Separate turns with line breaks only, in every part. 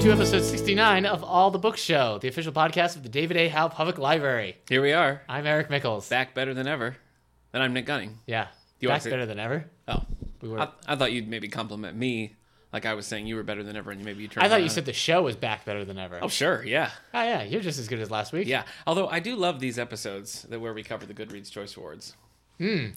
to episode 69 of All the Book Show, the official podcast of the David A. Howe Public Library.
Here we are,
I'm Eric Mickles.
back better than ever. And I'm Nick Gunning.
yeah.
You
That's
are-
better than ever.
Oh,
We were.
I,
I,
I thought you'd maybe compliment me, like I was saying you were better than ever, and you maybe you turned.
thought you
around.
said the show was back better than ever.
uh, Oh, sure, yeah,
Oh, yeah. You're just as good as last week.
yeah. Although I do love these episodes that where we cover the Goodreads Choice Awards.
The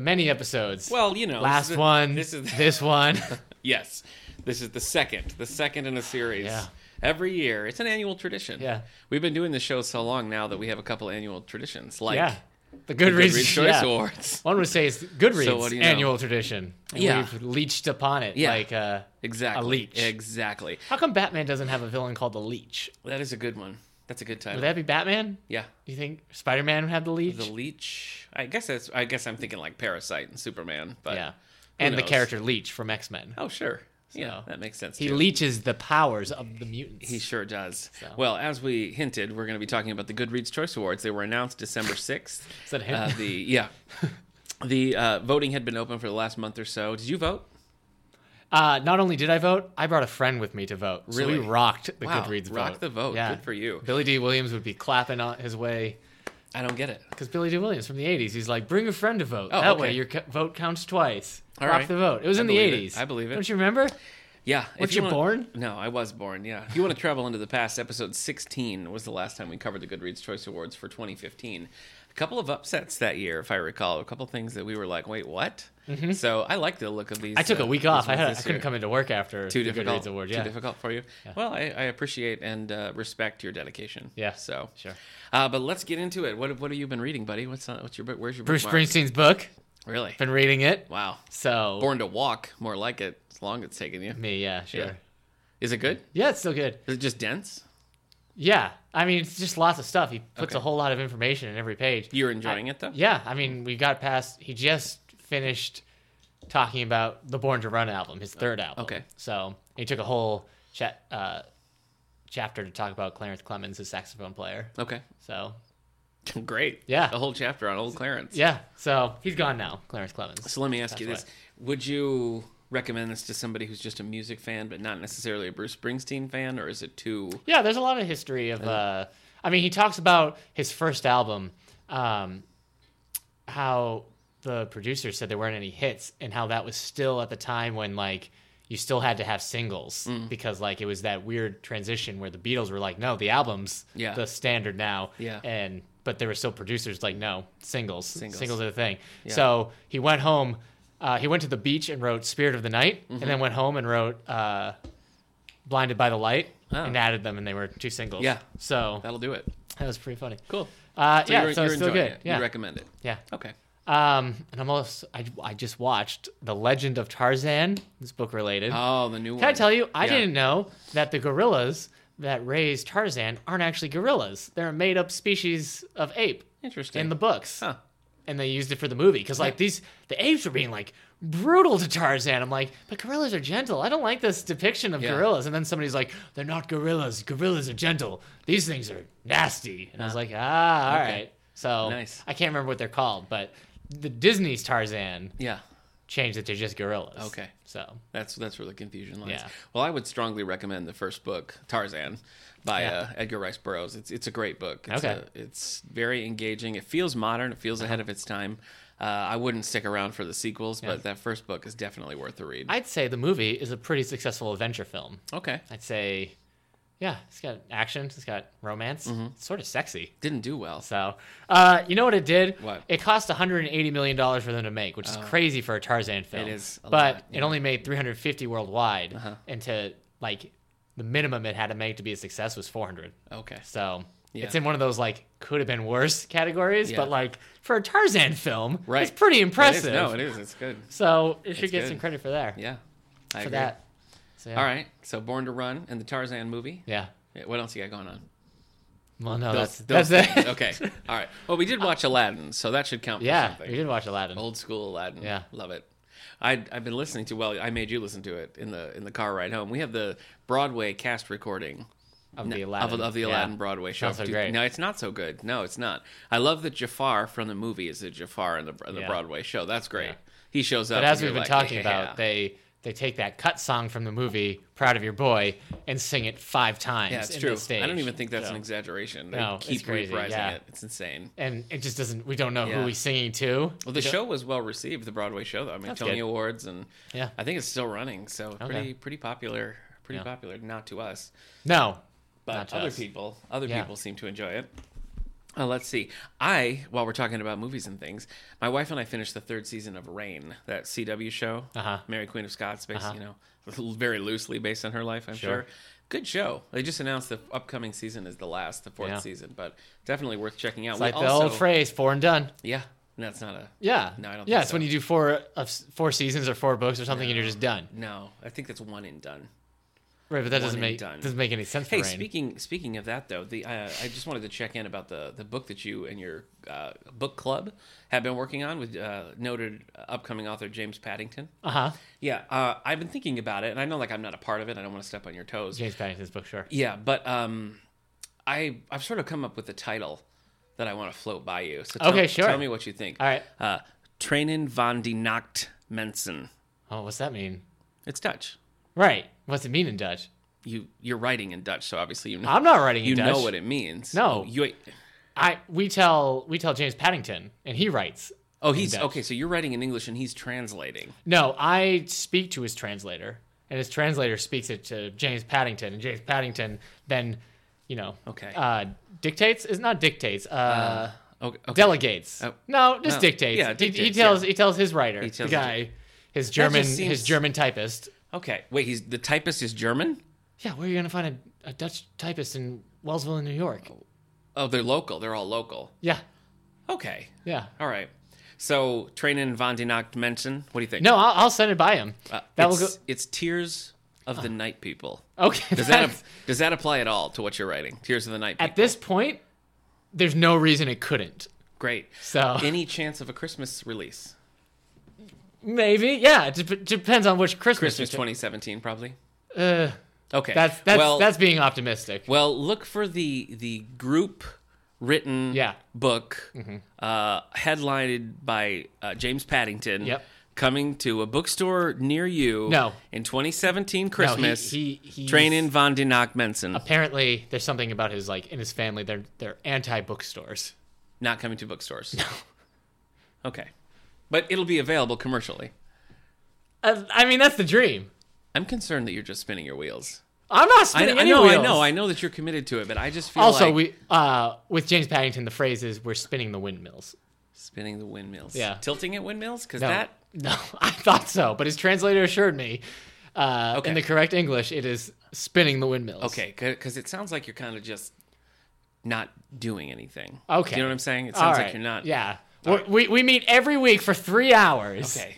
many episodes.
Well, you know,
last
this is the-
one.
This is
this one.
yes, this is the second, the second in a series.
Yeah.
Every year, it's an annual tradition.
Yeah.
we've been doing the show so long now that we have a couple annual traditions, like
yeah. The
the
Goodreads,
Goodreads Choice
yeah.
Awards.
One would say it's Goodreads
So what do you know?
annual tradition. And
Yeah.
We've leached upon it
Yeah.
like uh,
Exactly.
leech.
Exactly.
How come Batman doesn't have a villain called the Leech?
That is a good one. That's a good title.
Would that be Batman?
yeah.
Do you think Spider Man would have the Leech?
The Leech. I guess that's. I guess I'm thinking like Parasite and Superman. But
yeah.
who
And the
knows?
character Leech from X Men.
Oh sure. yeah,
So,
that makes sense.
He
too.
leeches the powers of the mutants.
He sure does.
So.
Well, as we hinted, we're going to be talking about the Goodreads Choice Awards. They were announced December 6th.
Is that him?
Uh, the yeah. The uh, voting had been open for the last month or so. Did you vote?
Uh, not only did I vote, I brought a friend with me to vote. So
Really?
we rocked the
Wow,
Goodreads vote.
rock the vote. Good for you.
Billy D. Williams would be clapping on his way
I don't get it.
because Billy D. Williams from the 80s, he's like, bring a friend to vote.
Oh,
that
okay.
way your co- vote counts twice.
All
rock
right.
the vote. It was
I
in the
believe it.
80s.
I believe it.
Don't you remember?
Yeah.
Weren't
if
you
wanna-
born?
No, I was born. Yeah. If you want to travel into the past, episode 16 was the last time we covered the Goodreads Choice Awards for 2015. A couple of upsets that year, if I recall. A couple of things that we were like, wait, what? So I like the look of these.
Mm-hmm. I took
uh,
a week
these
off. I,
ones
had, I
this
couldn't
year.
come into work after
too
the
difficult.
Goodreads Award.
Too
Yeah.
difficult for you. Well, I, I appreciate and uh, respect your dedication.
Yeah,
So
sure.
Uh, but let's get into it. What have- What have you been reading, buddy? What's on, What's your book? Where's your
Bruce
bookmark?
Springsteen's book.
Really?
Been reading it.
Wow.
So
Born to Walk, more like it. As long as it's taken you.
me, yeah, sure.
Yeah. Is it good?
yeah, it's still good.
Is it just dense?
Yeah, I mean, it's just lots of stuff. He puts
Okay.
a whole lot of information in every page.
You're enjoying it though.
Yeah, I mean, we got past. He just finished talking about the Born to Run album, his third album.
Okay.
So he took a whole chat uh, chapter to talk about Clarence Clemens, his saxophone player.
Okay.
So
Great.
Yeah.
A whole chapter on old Clarence.
yeah, so he's gone now, Clarence Clemens.
So let me ask you
That's
this: Would you recommend this to somebody who's just a music fan, but not necessarily a Bruce Springsteen fan, or is it too?
Yeah, there's a lot of history of. Uh, I mean, he talks about his first album, um, how the producer said there weren't any hits, and how that was still at the time when like you still had to have singles
Mm.
because like it was that weird transition where the Beatles were like, no, the albums,
Yeah.
the standard now,
Yeah.
and but there were still producers like, no, singles, singles,
Singles.
are the thing. So he went home. Uh, he went to the beach and wrote "Spirit of the Night," and
Mm-hmm.
then went home and wrote. Uh, Blinded by the Light
Oh.
and added them, and they were two singles.
Yeah.
So
That'll do it.
that was pretty funny.
Cool.
Uh,
So
yeah,
you're,
so
you're
it's still
enjoying
good.
it.
Yeah,
You recommend it.
yeah.
Okay.
Um, and I'm also I, I just watched The Legend of Tarzan. This book related.
Oh, the new one.
Can I tell you? I
Yeah.
didn't know that the gorillas that raised Tarzan aren't actually gorillas. They're a made up species of ape
Interesting.
in the books,
Huh.
and they used it for the movie because like these the apes were being like brutal to Tarzan. I'm like, but gorillas are gentle. I don't like this depiction of
Yeah.
gorillas. And then somebody's like, they're not gorillas. Gorillas are gentle. These things are nasty. And I was like, ah, all right.
Okay.
So
Nice.
I can't remember what they're called, but the Disney's Tarzan
Yeah.
changed it to just gorillas.
Okay.
So
That's that's where the confusion lies.
Yeah.
Well, I would strongly recommend the first book, Tarzan, by
Yeah.
uh, Edgar Rice Burroughs. It's it's a great book. It's
Okay. Uh-huh.
a- it's very engaging. It feels modern. It feels ahead of its time. Uh, I wouldn't stick around for the sequels, but that first book is definitely worth the read.
I'd say the movie is a pretty successful adventure film.
okay.
I'd say, yeah, it's got action, it's got romance,
Mm-hmm.
it's sort of sexy.
Didn't do well.
So, uh, you know what it did?
What? Oh.
It cost 180 million dollars for them to make, which is crazy for a Tarzan film.
It is a
but
lot, Uh-huh.
it only made 350 worldwide, and to like the minimum it had to make to be a success was 400.
Okay.
So
Yeah.
it's in one of those like could have been worse categories,
Yeah.
but like for a Tarzan film,
Right.
it's pretty
It is.
impressive.
No, it is. It's good.
So it should
It's
get
good.
some credit for there
Yeah.
for
I agree.
that. So, yeah.
All right. So Born to Run and the Tarzan movie.
Yeah.
Yeah, What else you got going on?
Well, no,
Those-
that's,
those
that's
things.
it.
okay. All right. Well, we did watch Aladdin, so that should count for
Yeah,
something.
we did watch Aladdin.
Old school Aladdin.
Yeah.
love it. I I've been listening to. Well, I made you listen to it in the in the car ride home. We have the Broadway cast recording
Of the
n-
Aladdin.
of, the
Yeah.
Aladdin Broadway show.
Sounds so
Dude,
great.
No, it's not so good. No, it's not. I love that Jafar from the movie is the Jafar in the, in the
Yeah.
Broadway show. That's great.
Yeah.
He shows up.
But as
and
we've
you're
been
like,
talking
yeah.
about, they they take that cut song from the movie "Proud of Your Boy" and sing it five times.
Yeah, it's
in
true.
The stage.
I don't even think that's an
So-
exaggeration. They
No,
keep
it's crazy,
reprising
yeah.
it. It's insane.
And it just doesn't. We don't know
Yeah.
who he's singing to.
Well, the
We don't-
show was well received. The Broadway show, though. I mean,
That's
Tony
good.
Awards, and
Yeah.
I think it's still running. So pretty, pretty popular. Pretty
Yeah.
popular. Not to us,
No, Not
but
to
other
us.
people. Other
Yeah.
people seem to enjoy it. Uh, let's see. I, while we're talking about movies and things, my wife and I finished the third season of Rain, that CW show,
Uh-huh.
Mary Queen of Scots, based, you know, very loosely based on her life, I'm sure.
Sure.
Good show. They just announced the upcoming season is the last, the fourth
Yeah.
season, but definitely worth checking out.
it's like the old phrase, "Four and done."
yeah, that's not a
Yeah.
No, I don't
Yeah,
think
it's when
so.
you do four of s- four seasons or four books or something, and you're just done.
No, I think that's one and done.
Right, but that
and
doesn't make
done.
doesn't make any sense.
Hey,
for Rain.
speaking speaking of that though, the uh, I just wanted to check in about the the book that you and your uh, book club have been working on with uh, noted upcoming author James Paddington.
Uh huh.
Yeah, uh, I've been thinking about it, and I know like I'm not a part of it. I don't want to step on your toes.
James Paddington's book, sure.
Yeah, but um, I I've sort of come up with a title that I want to float by you. So tell,
Okay, sure.
Tell me what you think.
All right.
Uh, Trainen van die Nacht Mensen.
Oh, what's that mean?
It's Dutch.
Right. What's it mean in Dutch?
You you're writing in Dutch, so obviously you know.
I'm not writing in
you
Dutch.
know what it means. Oh,
No.
you.
I we tell we tell James Paddington, and he writes.
Oh, he's
Dutch.
okay. So you're writing in English and he's translating.
No, I speak to his translator, and his translator speaks it to James Paddington, and James Paddington then, you know,
Okay.
uh, dictates is not dictates. Uh,
Okay. okay.
delegates.
Oh.
no, just
No.
dictates.
Yeah,
He- he,
dictates,
tells
yeah.
he tells his writer,
He tells
the
the-
guy, his German
just seems-
his German typist.
okay. Wait, he's the typist is German.
Yeah, where are you gonna find a, a Dutch typist in Wellsville, in New York?
Oh, they're local. They're all local.
Yeah,
Okay.
yeah.
All right. So Trainen van die Nacht Menschen. What do you think?
No, I'll, I'll send it by him.
Uh,
that will
it's,
go. Oh.
it's Tears of the Night People.
Okay.
Does that
that's-
does that apply at all to what you're writing? Tears of the Night.
at
People.
this point, there's no reason it couldn't.
Great.
So
Any chance of a Christmas release?
maybe, yeah. It dep- depends on which Christmas.
Christmas
it-
2017, probably.
Uh,
Okay.
that's that's
well,
that's being optimistic.
Well, look for the the group written
Yeah. Mm-hmm.
book uh, headlined by uh, James Paddington.
Yep.
Coming to a bookstore near you.
No.
In 2017 Christmas.
he- he's-
Trainin von den Nacht Mensen.
Apparently, there's something about his like in his family. They're they're anti bookstores.
Not coming to bookstores. Okay. But it'll be available commercially.
Uh, I mean, that's the dream.
I'm concerned that you're just spinning your wheels.
I'm not
I,
spinning
I
any
know, I
wheels.
know, I know that you're committed to it, but I just feel
Also,
like
we uh, with James Paddington, the phrase is "we're spinning the windmills."
spinning the windmills.
Yeah.
Tilting at windmills? Because
No,
that
no, I thought so, but his translator assured me uh,
Okay.
in the correct English, it is spinning the windmills.
Okay, because it sounds like you're kind of just not doing anything.
Okay.
you know what I'm saying? It
All
sounds
right.
like you're not.
Yeah. We're- We, we meet every week for three hours
Okay.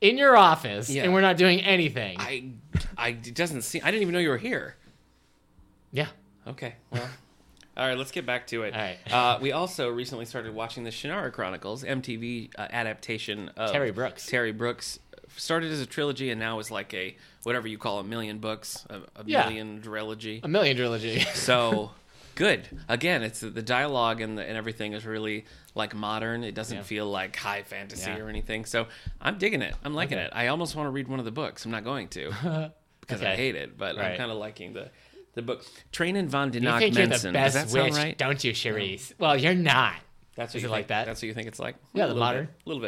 in your office,
Yeah.
and we're not doing anything.
I, I it doesn't see. I didn't even know you were here.
yeah.
Okay. Well. All right, let's get back to it.
All right.
Uh, we also recently started watching the Shannara Chronicles, MTV uh, adaptation of
Terry Brooks.
Terry Brooks started as a trilogy and now is like a whatever you call a million books, a, a
Yeah.
million trilogy.
A million trilogy.
So good. Again, it's the dialogue and the, and everything is really like modern. It doesn't feel like high fantasy
Yeah.
or anything. So I'm digging it. I'm liking it. I almost want to read one of the books. I'm not going to because I
Okay.
hate it, but I'm
Right.
kind of liking the the book. Train and Von
you
Dinock
think you're the
Mensen. Does that
best
sound
witch,
right?
don't you, Cherise? Well, you're not.
That's what
Is
you
it like
think-
that?
That's what you think it's like.
Yeah,
A
the
little
modern.
bit, A little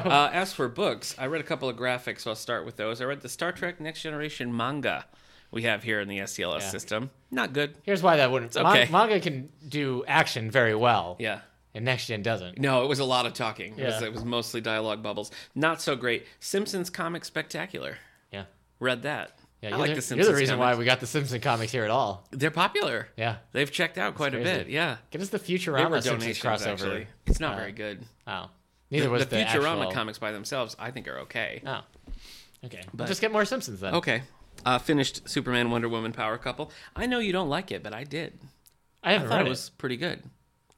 bit. uh, as for books, I read a couple of graphics, so I'll start with those. I read the Star Trek Next Generation manga we have here in the SCLS system. Not good.
Here's why that wouldn't.
okay.
Mon- manga can do action very well,
Yeah.
and next gen doesn't.
No, it was a lot of talking. It, was,
Yeah.
it was mostly dialogue bubbles. Not so great. Simpsons comic spectacular.
Yeah.
Read that.
Yeah,
I
you're,
like
the,
the
you're
Simpsons.
the reason
comics.
why we got the Simpson comics here at all.
they're popular.
Yeah.
They've checked out quite a
crazy.
bit. Yeah,
Give us the
they were
Futurama Simpsons
donations
crossover.
actually. It's not very good.
Oh, neither was the,
the Futurama
actual...
comics by themselves, I think, are okay.
Oh, okay. But... Just get more Simpsons then.
Okay. Uh, finished Superman, Wonder Woman, Power Couple. I know you don't like it, but I did.
I
I
haven't
thought
read
it
it.
was pretty good.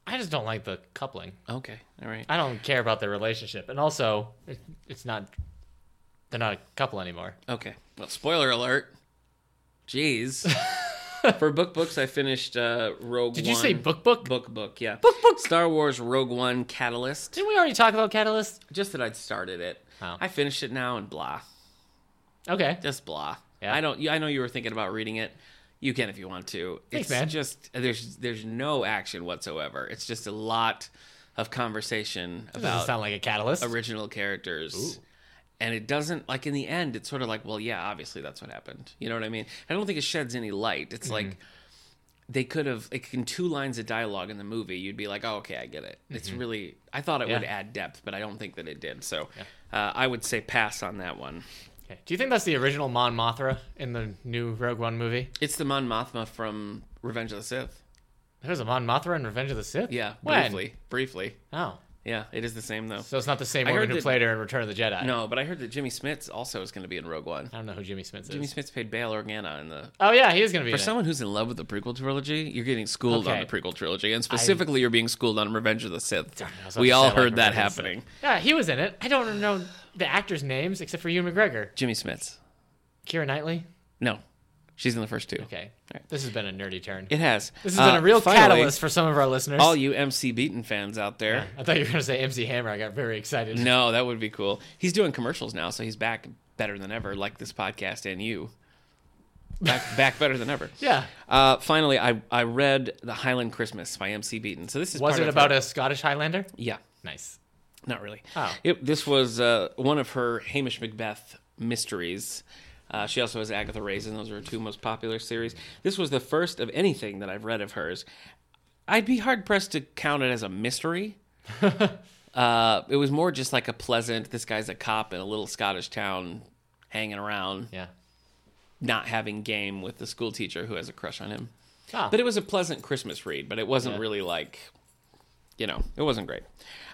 I just don't like the coupling.
Okay. All right.
I don't care about their relationship, and also, it, it's not. They're not a couple anymore.
Okay. Well, spoiler alert. Jeez. For book books, I finished uh, Rogue.
Did you say
One.
book book?
Book book, yeah.
Book, book.
Star Wars Rogue One Catalyst.
Didn't we already talk about Catalyst?
Just that I'd started it.
Oh.
I finished it now and blah.
Okay.
Just blah.
Yeah.
I don't. I know you were thinking about reading it. You can if you want to.
Thanks,
it's
man.
just there's there's no action whatsoever. It's just a lot of conversation
Doesn't
about
sound like a catalyst.
original characters. And it doesn't like in the end, it's sort of like, well, yeah, obviously that's what happened. You know what I mean? I don't think it sheds any light.
Mm-hmm.
It's like they could have like in two lines of dialogue in the movie, you'd be like, oh, okay, I get it. It's really I thought it would
Mm-hmm. Yeah.
add depth, but I don't think that it did. So uh, I would say pass on that one.
Okay. Do you think that's the original Mon Mothra in the new Rogue One movie?
It's the Mon Mothma from Revenge of the Sith.
There was a Mon Mothra in Revenge of the Sith.
Yeah,
When?
briefly, briefly.
Oh,
Yeah, it is the same though.
so it's not the same
I
woman
heard
who
that-
played her in Return of the Jedi.
No, but I heard that Jimmy Smits also is going to be in Rogue One.
I don't know who Jimmy Smith is.
Jimmy Smits played Bail Organa in the
oh yeah, he is gonna be.
For
in it.
someone who's in love with the prequel trilogy, you're getting schooled on
Okay.
the prequel trilogy, and specifically, you're being schooled on Revenge of the Sith.
I was about
We
to
all
say, like,
heard
Revenge
that
of the
happening.
Yeah, he was in it. I don't know the actors' names except for Ewan McGregor,
Jimmy Smits.
Kira Knightley.
No, she's in the first two.
Okay,
Alright.
this has been a nerdy turn.
It has.
This has been
Uh,
a real
finally,
catalyst for some of our listeners.
All you MC Beaton fans out there.
I thought you were gonna say MC Hammer. I got very excited.
No, that would be cool. He's doing commercials now, so he's back better than ever, like this podcast and you. Back, back better than ever.
Yeah.
Uh, finally, I, I read The Highland Christmas by MC Beaton. So this is
Was
part
it
of
about
her-
a Scottish Highlander?
yeah.
Nice.
Not really.
Oh.
It, this was uh, one of her Hamish Macbeth mysteries. Uh, she also has Agatha Raisin. Those are her two most popular series. This was the first of anything that I've read of hers. I'd be hard pressed to count it as a mystery. uh, it was more just like a pleasant, this guy's a cop in a little Scottish town hanging around,
Yeah.
not having game with the school teacher who has a crush on him.
Ah.
But it was a pleasant Christmas read, but it wasn't really like, you know, it wasn't great.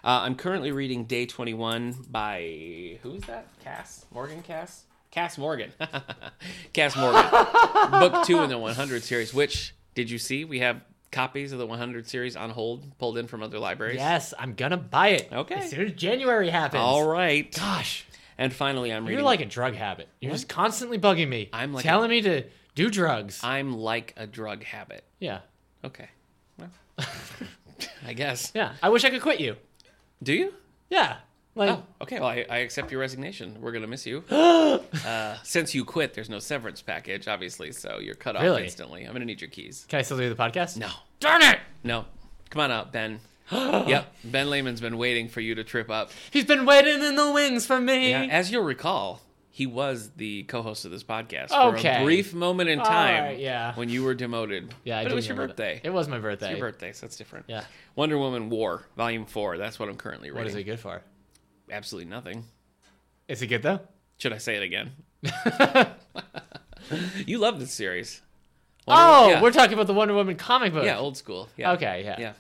Uh, I'm currently reading Day 21 by, who is that? Cass? Morgan Cass? Cass Morgan. Cass Morgan. Book two in the 100 series, which, did you see? We have copies of the 100 series on hold, pulled in from other libraries.
Yes, I'm gonna buy it.
Okay.
As soon as January happens.
All right.
Gosh,
And finally, I'm reading.
you're like a drug habit. You're just constantly bugging me.
I'm like
telling me to do drugs.
I'm like a drug habit.
yeah.
Okay. Well, I guess.
Yeah. I wish I could quit you.
Do you?
Yeah. Like.
Oh, okay. Well, I, I accept your resignation. We're gonna miss you. uh, since you quit, there's no severance package, obviously, so you're cut off
Really?
instantly. I'm gonna need your keys.
Can I still do the podcast?
No,
Darn it!
no. Come on out, Ben. yep, Ben Lehman's been waiting for you to trip up.
He's been waiting in the wings for me.
Yeah, as you'll recall, he was the co-host of this podcast for
Okay.
a brief moment in
All
time.
right, yeah.
when you were demoted.
Yeah, I
but
do
it was your
remember that.
birthday.
It was my birthday.
your birthday, so that's different.
Yeah.
Wonder Woman War, Volume Four. That's what I'm currently reading.
What is it good for?
Absolutely nothing.
Is it good though?
Should I say it again? you love this series.
Oh,
yeah.
we're talking about the Wonder Woman comic book.
yeah, old school. Yeah.
Okay, yeah.
Yeah.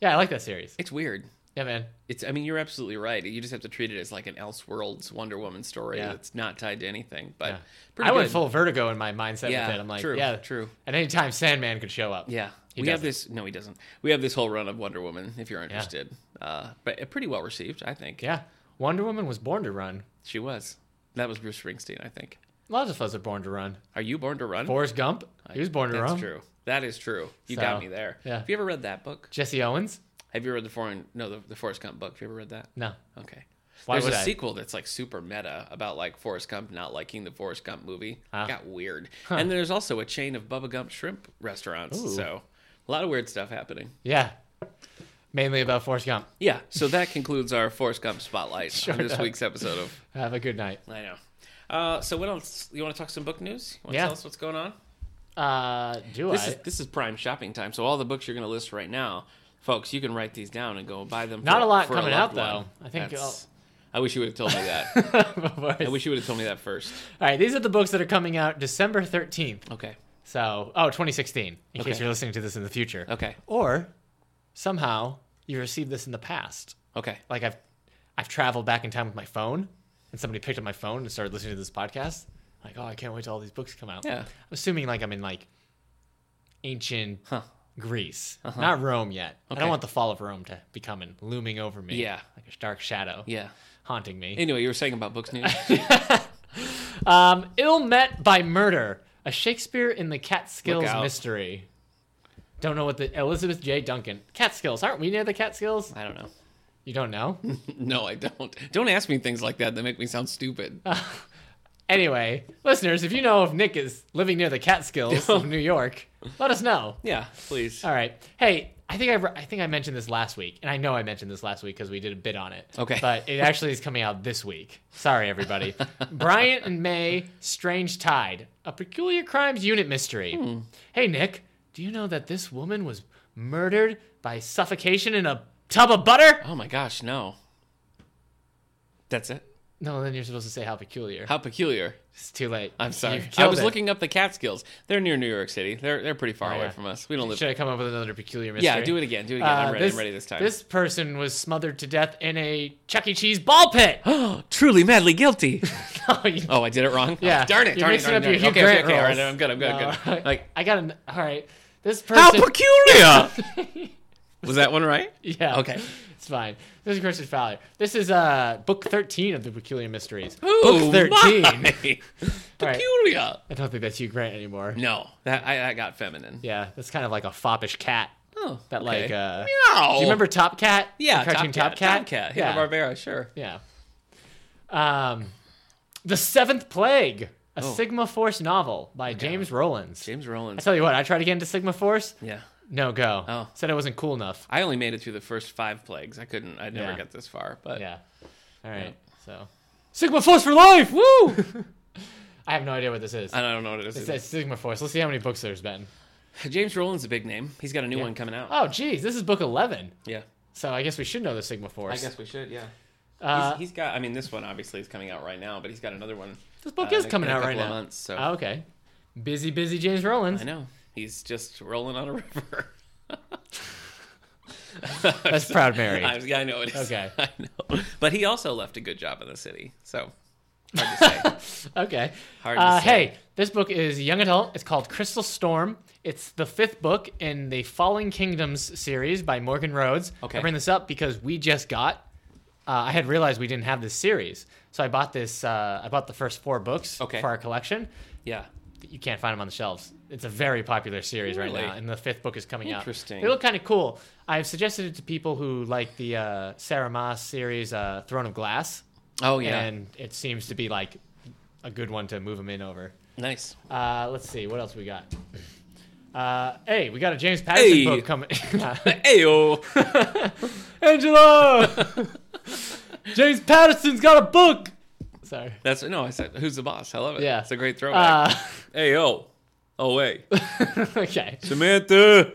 Yeah, I like that series.
It's weird.
Yeah, man.
It's I mean, you're absolutely right. You just have to treat it as like an Elseworlds Wonder Woman story
Yeah.
that's not tied to anything. But
Yeah.
pretty
I went
good.
full vertigo in my mindset
Yeah,
with it. I'm like,
true,
yeah,
true.
At any time, Sandman could show up.
Yeah.
He
we have this no, he doesn't. We have this whole run of Wonder Woman if you're interested. Uh but it- pretty well received, I think.
Yeah. Wonder Woman was born to run.
She was. That was Bruce Springsteen, I think.
A lot of us are born to run.
Are you born to run?
Forrest Gump, he was born to
that's
run.
true. That is true. You got
So,
me there.
yeah.
Have you ever read that book?
Jesse Owens?
Have you read the foreign no the, the Forrest Gump book? Have you ever read that?
No.
Okay.
Why
There's
would
a
I?
sequel that's like super meta about like Forrest Gump not liking the Forrest Gump movie.
Huh.
Got weird. And there's also a chain of Bubba Gump shrimp restaurants.
Ooh.
So a lot of weird stuff happening.
Yeah. Mainly about Forrest Gump.
Yeah. So that concludes our Forrest Gump spotlight on this week's episode of
Have a good night.
I know. Uh, so what else? You want to talk some book news? You want to
Yeah.
tell us what's going on?
Uh, do
This
I?
is this is prime shopping time. So all the books you're going to list right now, folks, you can write these down and go buy them.
Not
for-
a lot
for
coming
loved
out, though.
one.
I think uh,
That's- I wish you would have told me that. I wish you would have told me that first.
All right, these are the books that are coming out December 13th.
Okay.
So, oh, 2016, in case
Okay.
you're listening to this in the future.
Okay.
Or somehow you received this in the past.
Okay.
Like I've I've traveled back in time with my phone and somebody picked up my phone and started listening to this podcast. Like, oh, I can't wait till all these books come out.
Yeah.
I'm assuming like I'm in like ancient
Huh. Uh-huh.
Greece, not Rome yet. I
Okay.
don't want the fall of Rome to be coming looming over me.
Yeah.
Like a dark shadow
Yeah.
haunting me.
Anyway, you were saying about books news.
Um, Ill Met by Murder, a Shakespeare in the Catskills
Look out.
mystery. Don't know what the Elizabeth J. Duncan Catskills. Aren't we near the Catskills?
I don't know.
You don't know?
No, I don't. Don't ask me things like that that make me sound stupid.
Anyway, listeners, if you know if Nick is living near the Catskills of New York, let us know.
Yeah, please.
All right. Hey, I think I, re- I think I mentioned this last week, and I know I mentioned this last week because we did a bit on it.
Okay.
But it actually is coming out this week. Sorry, everybody. Bryant and May, Strange Tide, a peculiar crimes unit mystery.
Hmm.
Hey, Nick, do you know that this woman was murdered by suffocation in a tub of butter?
Oh my gosh, no. That's it.
No, then you're supposed to say how peculiar.
How peculiar.
It's too late.
I'm sorry.
You've
I
killed
was
it.
looking up the Catskills. They're near New York City. They're they're pretty far away
yeah.
from us. We don't live.
Should I come up with another peculiar mystery?
Yeah, do it again. Do it again.
Uh,
I'm ready. I'm ready this time.
This person was smothered to death in a Chuck E. Cheese ball pit.
truly madly guilty.
No, you-
oh, I did it wrong.
Yeah,
Oh, darn it.
You're
Darn it.
mixing
Darn it.
up
Darn
your
it.
Hugh
Okay, okay,
Grant
okay. All right,
roles.
I'm good. I'm good. I'm
No,
good. Like
I got an. All right, this
how
person.
peculiar. Was that one right?
yeah.
Okay.
It's fine. This is Christian Fowler. This is uh book thirteen of the Peculiar Mysteries.
Oh,
book thirteen.
my.
All right.
peculiar.
I don't think that's Hugh Grant anymore.
No, that I, that got feminine.
Yeah, that's kind of like a foppish cat.
Oh,
That
okay.
like uh.
Meow.
Do you remember Top Cat?
Yeah,
The cartoon Top, Cat.
Top Cat.
Yeah.
Hanna Barbera. Sure.
Yeah. Um, the Seventh Plague, a
Oh.
Sigma Force novel by James Rowlands.
James
I
Rollins.
tell you what, I tried to get into Sigma Force.
Yeah.
No go.
Oh.
Said I wasn't cool enough.
I only made it through the first five plagues. I couldn't. I never
Yeah.
got this far. But
Yeah. All right. So Sigma Force for life. Woo! I have no idea what this is.
I don't know what it is.
It says Sigma Force. Let's see how many books there's been.
James Rowland's a big name. He's got a new one coming out.
Oh, geez, this is book eleven.
Yeah.
So I guess we should know the Sigma Force.
I guess we should. Yeah.
Uh,
he's, he's got. I mean, this one obviously is coming out right now, but he's got another one.
this book
uh,
is
in a-
coming
in a
out right
couple of
now.
months, so
Oh, okay. Busy, busy James Rowlands.
I know he's just rolling on a river.
That's Proud Mary.
I, yeah, I know it is.
Okay.
I know. But he also left a good job in the city. So hard to say.
Okay.
Hard to
uh,
say.
hey, this book is young adult. It's called Crystal Storm. It's the fifth book in the Falling Kingdoms series by Morgan Rhodes.
Okay.
I bring this up because we just got. Uh, I had realized we didn't have this series, so I bought this. Uh, I bought the first four books
Okay.
for our collection.
yeah.
You can't find them on the shelves. It's a very popular series
Really?
right now, and the fifth book is coming out.
Interesting.
They look kind of cool. I've suggested it to people who like the uh, Sarah Maas series, uh, Throne of Glass
Oh yeah.
and it seems to be like a good one to move him in over.
nice.
Uh, let's see what else we got. Uh, hey, we got a James Patterson
Hey.
book coming.
Ayo.
Angela, James Patterson's got a book. Sorry.
That's no. I said, "Who's the boss?" I love it.
Yeah.
it's a great throwback.
Uh,
Ayo. Oh wait,
okay,
Samantha.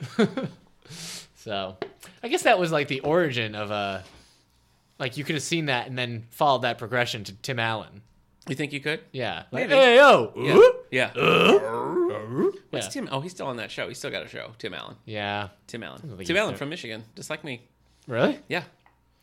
so I guess that was like the origin of a. Like you could have seen that and then followed that progression to Tim Allen.
You think you could?
Yeah. Like,
Maybe.
hey yo.
Yeah.
whoop.
Yeah. What's
Uh? Yeah.
Tim? Oh, he's still on that show. He's still got a show. Tim Allen.
Yeah.
Tim Allen.
don't think
Tim
he's
Allen
there.
from Michigan, just like me.
Really?
Yeah.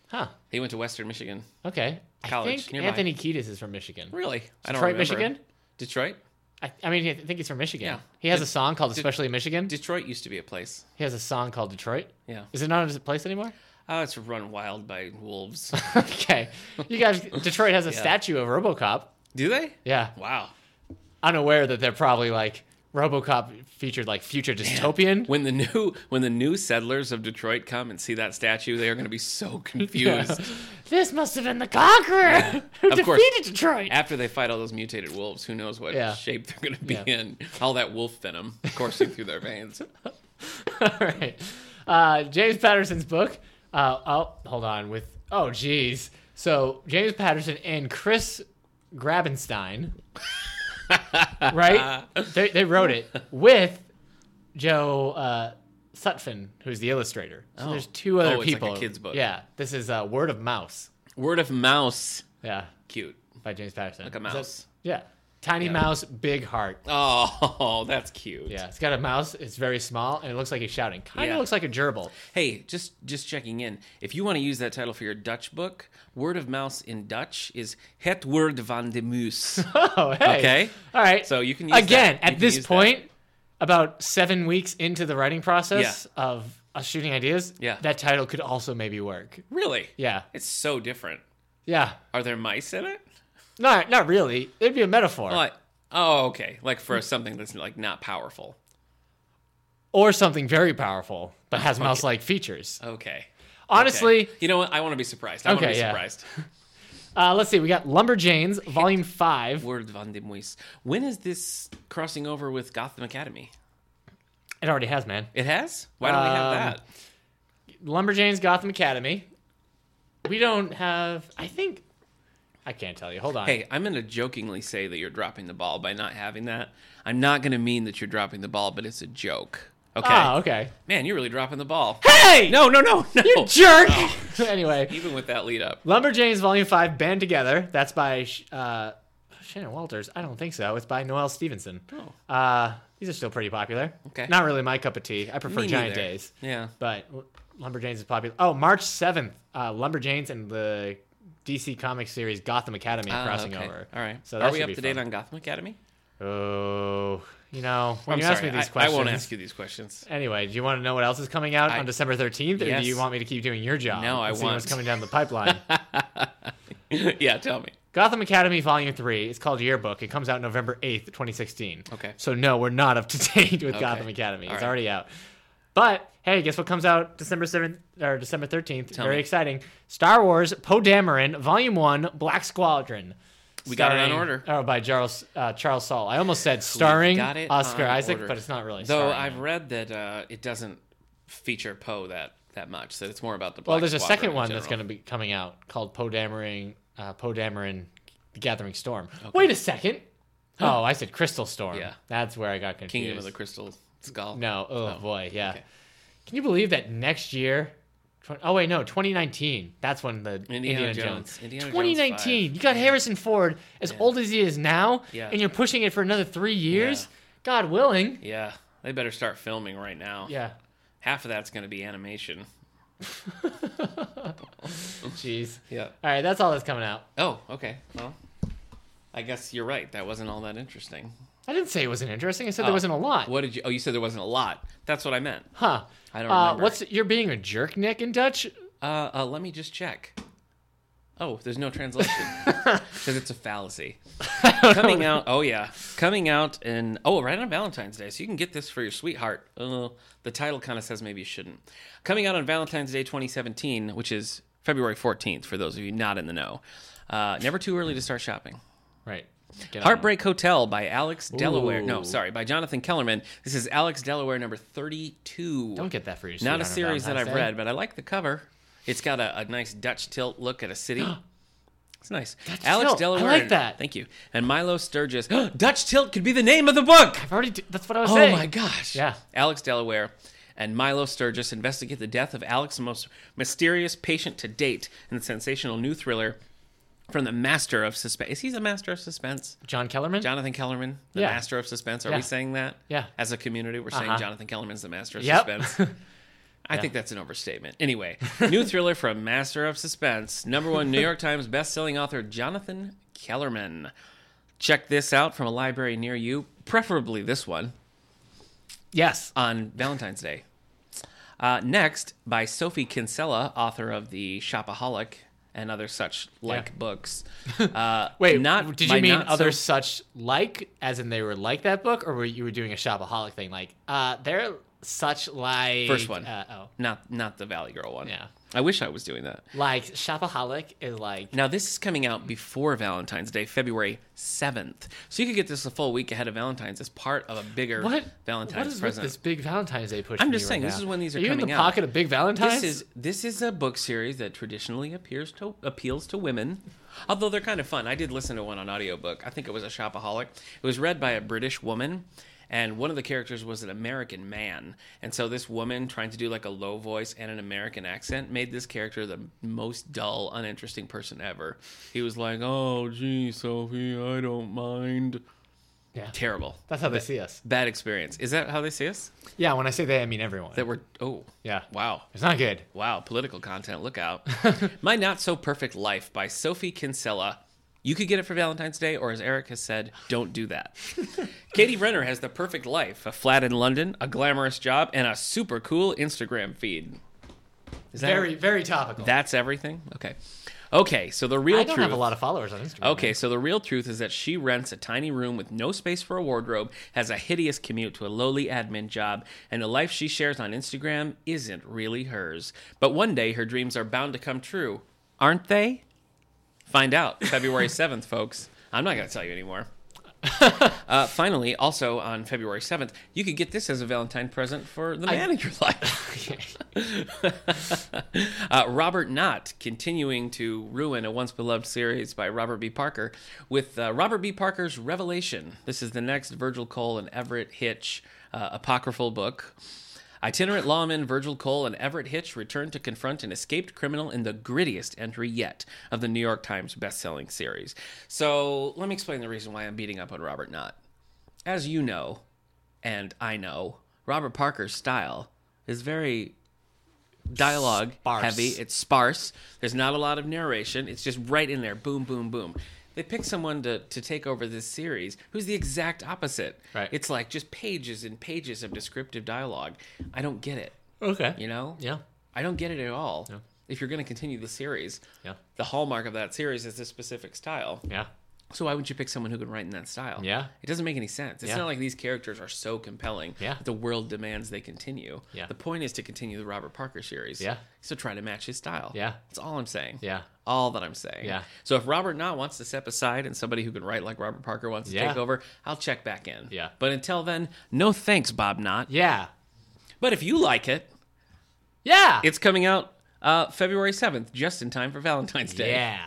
Huh.
He went to Western Michigan.
Okay. I
College
think
nearby.
Anthony Kiedis is from Michigan.
Really? I
Detroit,
remember.
Michigan.
Detroit?
I, I mean, I think he's from Michigan.
Yeah.
He has
Did-
a song called
did-
"Especially Michigan."
Detroit used to be a place.
he has a song called "Detroit."
Yeah.
Is it not a place anymore?
Oh, it's run wild by wolves.
okay. You guys, Detroit has a statue of RoboCop.
Do they?
Yeah.
Wow.
Unaware that they're probably like RoboCop featured like future dystopian.
When the new when the new settlers of Detroit come and see that statue, they are going to be so confused.
This must have been the conqueror who
Of
defeated
course.
Detroit.
After they fight all those mutated wolves, who knows what
Yeah.
shape they're going to be
Yeah.
in? All that wolf venom coursing through their veins.
All right. Uh, James Patterson's book. Uh, oh, hold on. With oh, jeez. So James Patterson and Chris Grabenstein, right? They, they wrote it with Joe uh, Sutphin, who's the illustrator. So there's two other
Oh, it's like a
people.
kid's book.
Yeah. This is uh, Word of Mouse.
Word of mouse.
Yeah,
Cute.
by James Patterson.
Like a
Is that-
mouse.
yeah. Tiny mouse, big heart.
Oh, that's cute.
Yeah, it's got a mouse. It's very small, and it looks like he's shouting. Kind of
Yeah.
looks like a gerbil.
Hey, just just checking in. If you want to use that title for your Dutch book, word of mouse in Dutch is het woord van de moes.
Oh, hey.
Okay.
All right.
So you can use
again
that. You
at
can
this
use that.
point, about seven weeks into the writing process of us shooting ideas.
Yeah.
That title could also maybe work.
Really?
Yeah.
It's so different.
Yeah.
Are there mice in it?
Not not really. It'd be a metaphor
Like, oh, okay. Like for something that's like not powerful.
or something very powerful but has mouse-like features.
Okay. Okay.
Honestly,
you know what? I want to be surprised. I want
Okay,
to be
yeah.
surprised.
Uh, let's see. We got Lumberjanes, Volume Five.
Word van de Moise. When is this crossing over with Gotham Academy?
It already has, man.
It has? Why don't we have
Um,
that?
Lumberjanes, Gotham Academy. We don't have. I think. I can't tell you. Hold on.
Hey, I'm going to jokingly say that you're dropping the ball by not having that. I'm not going to mean that you're dropping the ball, but it's a joke. Okay.
Oh, okay.
Man, you're really dropping the ball.
Hey,
No, no, no, no.
you jerk.
Oh.
anyway,
Even with that lead up.
Lumberjanes Volume Five, Band Together. That's by Sh- uh, Shannon Walters. I don't think so. It's by Noel Stevenson.
Oh.
Uh, these are still pretty popular.
Okay.
Not really my cup of tea. I prefer
Me
Giant
neither.
Days.
Yeah.
But L- Lumberjanes is popular. Oh, March 7th, uh, Lumberjanes and the DC Comics series Gotham Academy
Ah,
crossing
okay.
over.
All right.
So that
Are we
should
up
be
to date
fun.
on Gotham Academy?
Oh, you know, when
I'm
you
sorry.
ask me these
I,
questions.
I won't ask you these questions.
Anyway, do you want to know what else is coming out
I-
on December 13th, or
Yes.
do you want me to keep doing your job?
No, I
and see
want-
what's coming down the pipeline.
yeah, tell me.
Gotham Academy Volume 3. It's called Yearbook. It comes out November 8th, 2016.
Okay.
So, no, we're not up to date with
Okay.
Gotham Academy.
All
it's
right.
already out. But, hey, guess what comes out December 7th or December 13th?
Tell
Very
me.
exciting. Star Wars Poe Dameron, Volume 1, Black Squadron.
We got it on
Starring-
order.
Oh, by Charles, uh, Charles Saul. I almost said starring
got it
Oscar
on
Isaac,
order.
but it's not really
Though
starring
I've
him.
read that uh, it doesn't feature Poe that that much. That it's more about the. Black
Well, there's a
Squadron
second
in
one that's going
general.
to be coming out called Poe Dameron, uh, Poe Dameron, The Gathering Storm. Wait a second. Oh, I said Crystal Storm.
Yeah.
that's where I got confused.
Kingdom of the Crystal Skull.
No, oh, boy, yeah.
okay.
Can you believe that next year? twen- Oh wait, no, 2019. That's when the Indiana, Jones.
Jones. Indiana Jones
2019.
five.
you got Harrison Ford as old as he is now,
Yeah.
and you're pushing it for another three years.
Yeah.
God willing.
Yeah, they better start filming right now.
Yeah.
half of that's going to be animation.
Jeez.
Yeah.
All right, that's all that's coming out.
Oh, okay. Well, I guess you're right. That wasn't all that interesting.
I didn't say it wasn't interesting. I said
Oh.
there wasn't a lot.
What did you? Oh, you said there wasn't a lot. That's what I meant.
Huh.
I don't
Uh,
remember.
what's you're being a jerk, Nick, in Dutch?
Uh, uh, let me just check. Oh, there's no translation because it's a fallacy. Coming out. Oh yeah, coming out and oh, right on Valentine's Day, so you can get this for your sweetheart. Uh, the title kind of says maybe you shouldn't. Coming out on Valentine's Day 2017, which is February 14th for those of you not in the know. Uh, never too early to start shopping.
Right. Get on
Heartbreak Hotel by Alex Delaware. No,
Ooh.
sorry, by Jonathan Kellerman. This is Alex Delaware number 32.
Don't get that for your
Not
sweetheart
a
on
series that I've
Valentine's Day.
read, but I like the cover. It's got a, a nice Dutch tilt look at a city. It's nice. Alex
tilt. I
Delaware.
like that.
Thank you. And Milo Sturgis. Dutch tilt could be the name of the book.
I've already. d- That's what I was
Oh
saying.
my gosh.
Yeah.
Alex Delaware and Milo Sturgis investigate the death of Alex's most mysterious patient to date in the sensational new thriller from the master of suspense. Is he the master of suspense?
John Kellerman.
Jonathan Kellerman, the
Yeah.
master of suspense. Are
Yeah.
we saying that?
Yeah.
As a community, we're saying
Uh-huh.
Jonathan Kellerman's the master of
Yep.
suspense. I think that's an overstatement. Anyway, new thriller from Master of Suspense, number one New York Times best-selling author Jonathan Kellerman. Check this out from a library near you, preferably this one
yes.
on Valentine's Day. Uh, next, by Sophie Kinsella, author of the Shopaholic and other such like
Yeah.
books. Uh,
Wait. Not. Did you
by
mean
not so-
other such like, as in they were like that book, or were you were doing a shopaholic thing? Like, uh, they're such like
First one.
Uh, oh,
Not not the Valley Girl one.
Yeah.
I wish I was doing that.
like shopaholic is like.
Now this is coming out before Valentine's Day, February seventh. So you could get this a full week ahead of Valentine's as part of a bigger
What
Valentine's
what is with
present.
this big Valentine's Day push?
I'm
for
just
you
saying,
right
this
now?
is when these are
you in
coming
the
out.
pocket of big Valentine's.
This is this is a book series that traditionally appears to appeals to women, although they're kind of fun. I did listen to one on audiobook. I think it was a shopaholic. It was read by a British woman, and one of the characters was an American man. And so this woman trying to do like a low voice and an American accent made this character the most dull, uninteresting person ever. He was like, "Oh, gee, Sophie, I don't mind."
Yeah.
Terrible.
That's how they see us.
Bad experience. Is that how they see us?
Yeah. When I say they, I mean everyone.
That we're oh
yeah.
wow.
It's not good.
Wow, political content, look out. My Not So Perfect Life by Sophie Kinsella. You could get it for Valentine's Day, or as Eric has said, don't do that. Katie Renner has the perfect life a flat in London, a glamorous job, and a super cool Instagram feed. Is that
Very, very topical.
that's everything? Okay. Okay, so the real
I don't
truth.
have a lot of followers on Instagram.
Okay, so the real truth is that she rents a tiny room with no space for a wardrobe, has a hideous commute to a lowly admin job, and the life she shares on Instagram isn't really hers. But one day her dreams are bound to come true, aren't they? Find out February 7th, folks. I'm not going to tell you anymore. uh, finally, also on February 7th, you could get this as a Valentine present for the man in your life. uh, Robert Knott, continuing to ruin a once beloved series by Robert B. Parker with uh, Robert B. Parker's Revelation. This is the next Virgil Cole and Everett Hitch uh, apocryphal book. Itinerant lawmen Virgil Cole and Everett Hitch return to confront an escaped criminal in the grittiest entry yet of the New York Times best-selling series. So let me explain the reason why I'm beating up on Robert Knott. As you know, and I know, Robert Parker's style is very dialogue
Sparse.
heavy. It's sparse. There's not a lot of narration. It's just right in there. Boom, boom, boom. They pick someone to, to take over this series who's the exact opposite.
Right.
It's like just pages and pages of descriptive dialogue. I don't get it.
Oh, Okay.
You know?
Yeah.
I don't get it at all. If you're going to continue the series,
Yeah.
the hallmark of that series is this specific style.
Yeah.
So why wouldn't you pick someone who could write in that style?
Yeah.
It doesn't make any sense. It's
Yeah.
not like these characters are so compelling
Yeah.
that the world demands they continue.
Yeah.
The point is to continue the Robert Parker series.
Yeah.
So try to match his style.
Yeah.
That's all I'm saying.
Yeah.
All that I'm saying.
Yeah.
So if Robert Knott wants to step aside and somebody who can write like Robert Parker wants to
Yeah.
take over, I'll check back in.
Yeah.
But until then, no thanks, Bob Knott.
Yeah.
But if you like it,
Yeah.
it's coming out uh, February 7th, just in time for Valentine's Day.
yeah.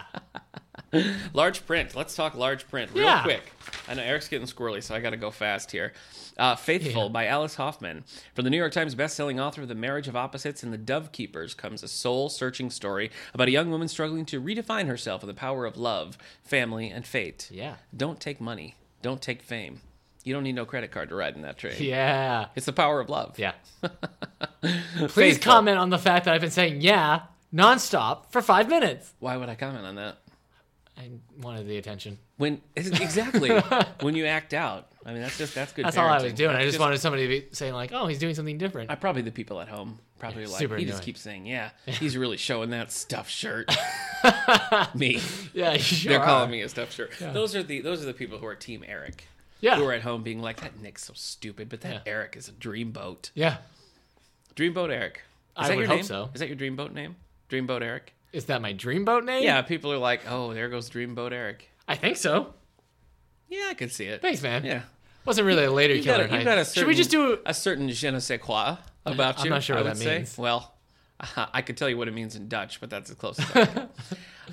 Large print. Let's talk large print real
Yeah.
quick. I know Eric's getting squirrely, so I got to go fast here. Uh, Faithful
Yeah.
by Alice Hoffman. From the New York Times bestselling author of The Marriage of Opposites and The Dove Keepers comes a soul searching story about a young woman struggling to redefine herself with the power of love, family, and fate.
Yeah.
Don't take money. Don't take fame. You don't need no credit card to ride in that train.
Yeah.
It's the power of love.
Yeah. Please
Faithful.
comment on the fact that I've been saying yeah nonstop for five minutes.
Why would I comment on that?
I wanted the attention.
When exactly when you act out. I mean, that's just that's good.
That's all I was
parenting.
doing. I
That's
just wanted somebody to be saying like, "Oh, he's doing something different."
I probably the people at home probably are like
super
he just
annoying.
keeps saying, "Yeah, he's really showing that stuff shirt." me,
yeah, you sure
they're
are.
calling me a stuff shirt. Those are the those are the people who are Team Eric.
Yeah.
who are at home being like, "That Nick's so stupid," but that
Yeah.
Eric is a dreamboat.
Yeah,
Dreamboat Eric. Is
I
that
would
your
hope
name?
so.
Is that your dreamboat name? Dreamboat Eric.
is that my dreamboat name?
Yeah, people are like, "Oh, there goes Dreamboat Eric."
I think so.
Yeah, I can see it.
Thanks, man.
Yeah.
wasn't really a later
You've got,
killer.
a, you've
I-
got a certain,
Should we just do?
a certain je ne sais quoi about
I'm
you?
not sure
I
what
would
that
say.
means.
Well, I could tell you what it means in Dutch, but that's as close as I can.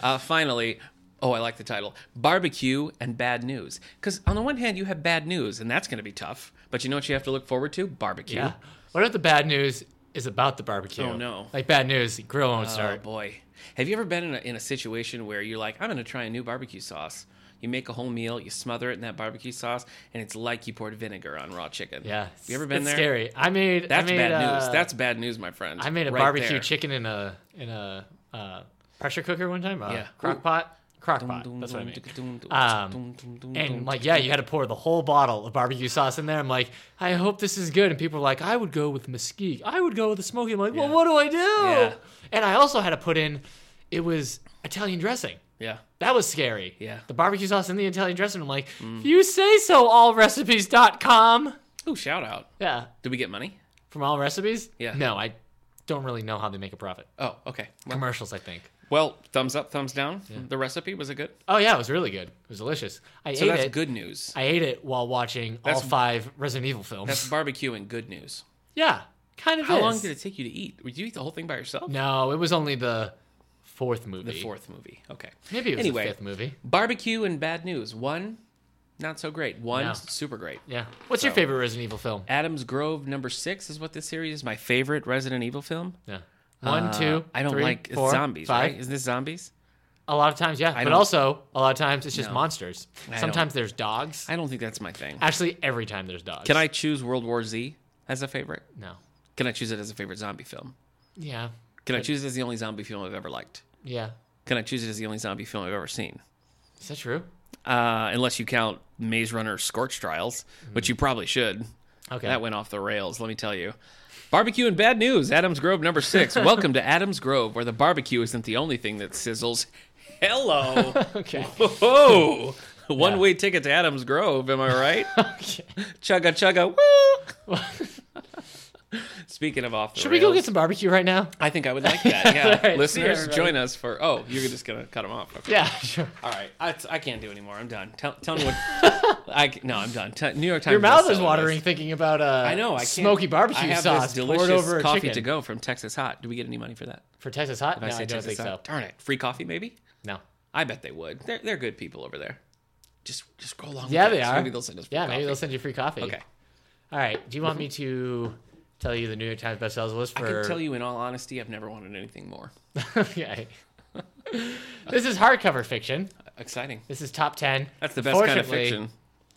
uh, finally, oh, I like the title Barbecue and Bad News. Because on the one hand, you have bad news, and that's going to be tough. But you know what you have to look forward to? Barbecue.
Yeah. What if the bad news is about the barbecue?
Oh, no.
Like bad news, the grill won't
Oh,
start.
boy. Have you ever been in a, in a situation where you're like, I'm going to try a new barbecue sauce? You make a whole meal, you smother it in that barbecue sauce, and it's like you poured vinegar on raw chicken.
Yeah.
You ever been
it's
there?
Scary. I made.
That's
I made,
bad
uh,
news. That's bad news, my friend.
I made a
Right
barbecue
there.
chicken in a in a uh, pressure cooker one time. Uh,
Yeah. Ooh.
Crock pot. Crock pot.
Dum,
That's what I
dum,
mean.
dum, dum,
Um,
dum, dum, dum, dum.
And like, yeah, you had to pour the whole bottle of barbecue sauce in there. I'm like, I hope this is good. And people are like, I would go with mesquite. I would go with the smoky. I'm like, well, what do I do?
Yeah.
And I also had to put in, it was Italian dressing.
yeah,
That was scary.
Yeah. Mm.
The barbecue sauce and the Italian dressing. I'm like, if you say so, allrecipes.com.
ooh, shout out.
Yeah.
Did we get money?
From all recipes?
Yeah.
No, I don't really know how they make a profit.
Oh, okay. Well,
Commercials, I think.
well, thumbs up, thumbs down. The recipe was it good?
Oh, yeah, it was really good. It was delicious. I
So
ate
that's
it.
good news.
I ate it while watching all five Resident Evil films.
That's barbecue and good news.
yeah. Kind of
How
is.
long did it take you to eat? Did you eat the whole thing by yourself?
No, it was only the fourth movie.
The fourth movie. Okay.
Maybe it was
anyway.
the fifth movie.
Barbecue and bad news. One, not so great. One,
No.
super great.
Yeah. What's your
So-
favorite Resident Evil film?
Adam's Grove number six is what this series is. My favorite Resident Evil film.
Yeah. One,
Uh,
two,
I don't
three,
like it's
four,
zombies,
five.
right? Isn't this zombies?
A lot of times, yeah. but
don't-
also, a lot of times it's just
No.
monsters.
don't-
Sometimes there's dogs.
I don't think that's my thing.
Actually, every time there's dogs.
Can I choose World War Z as a favorite?
No.
Can I choose it as a favorite zombie film?
Yeah.
Can I choose it as the only zombie film I've ever liked?
Yeah.
Can I choose it as the only zombie film I've ever seen?
Is that true?
Uh, unless you count Maze Runner Scorch Trials, which you probably should.
Okay.
That went off the rails, let me tell you. Barbecue and bad news, Adams Grove number six. Welcome to Adams Grove, where the barbecue isn't the only thing that sizzles. Hello.
okay.
Whoa. One
Yeah.
way Oh, ticket to Adams Grove, am I right?
okay.
chugga chugga, woo. Speaking of off the
Should we go
rails-
get some barbecue right now?
I think I would like that. Yeah,
All right, see
listeners,
everybody.
join us for. Oh, you're just gonna cut them off. Okay.
Yeah, sure.
All right, I, I can't do anymore. I'm done. Tell, tell me what. I c- no, I'm done. Tell- New York Times.
Your mouth is
bestseller
watering
list.
thinking about uh,
I know. I can't,
smoky
I
barbecue
have
sauce
This delicious
poured over a
coffee
chicken.
to go from Texas Hot. Do we get any money for that?
for Texas hot.
If
No, I,
say
don't think
Texas
so.
Hot, Darn it! Free coffee, maybe.
No.
I bet they would. They're they're good people over there. Just just go along.
Yeah,
with
they
it.
are.
Maybe they'll send us. Free
yeah, maybe
coffee.
they'll send you free coffee.
Okay.
All right. Do you want me to tell you the New York Times bestsellers list for?
I can tell you in all honesty, I've never wanted anything more
okay. this is hardcover fiction.
exciting.
This is top ten.
That's the best kind of
Fortunately,
fiction.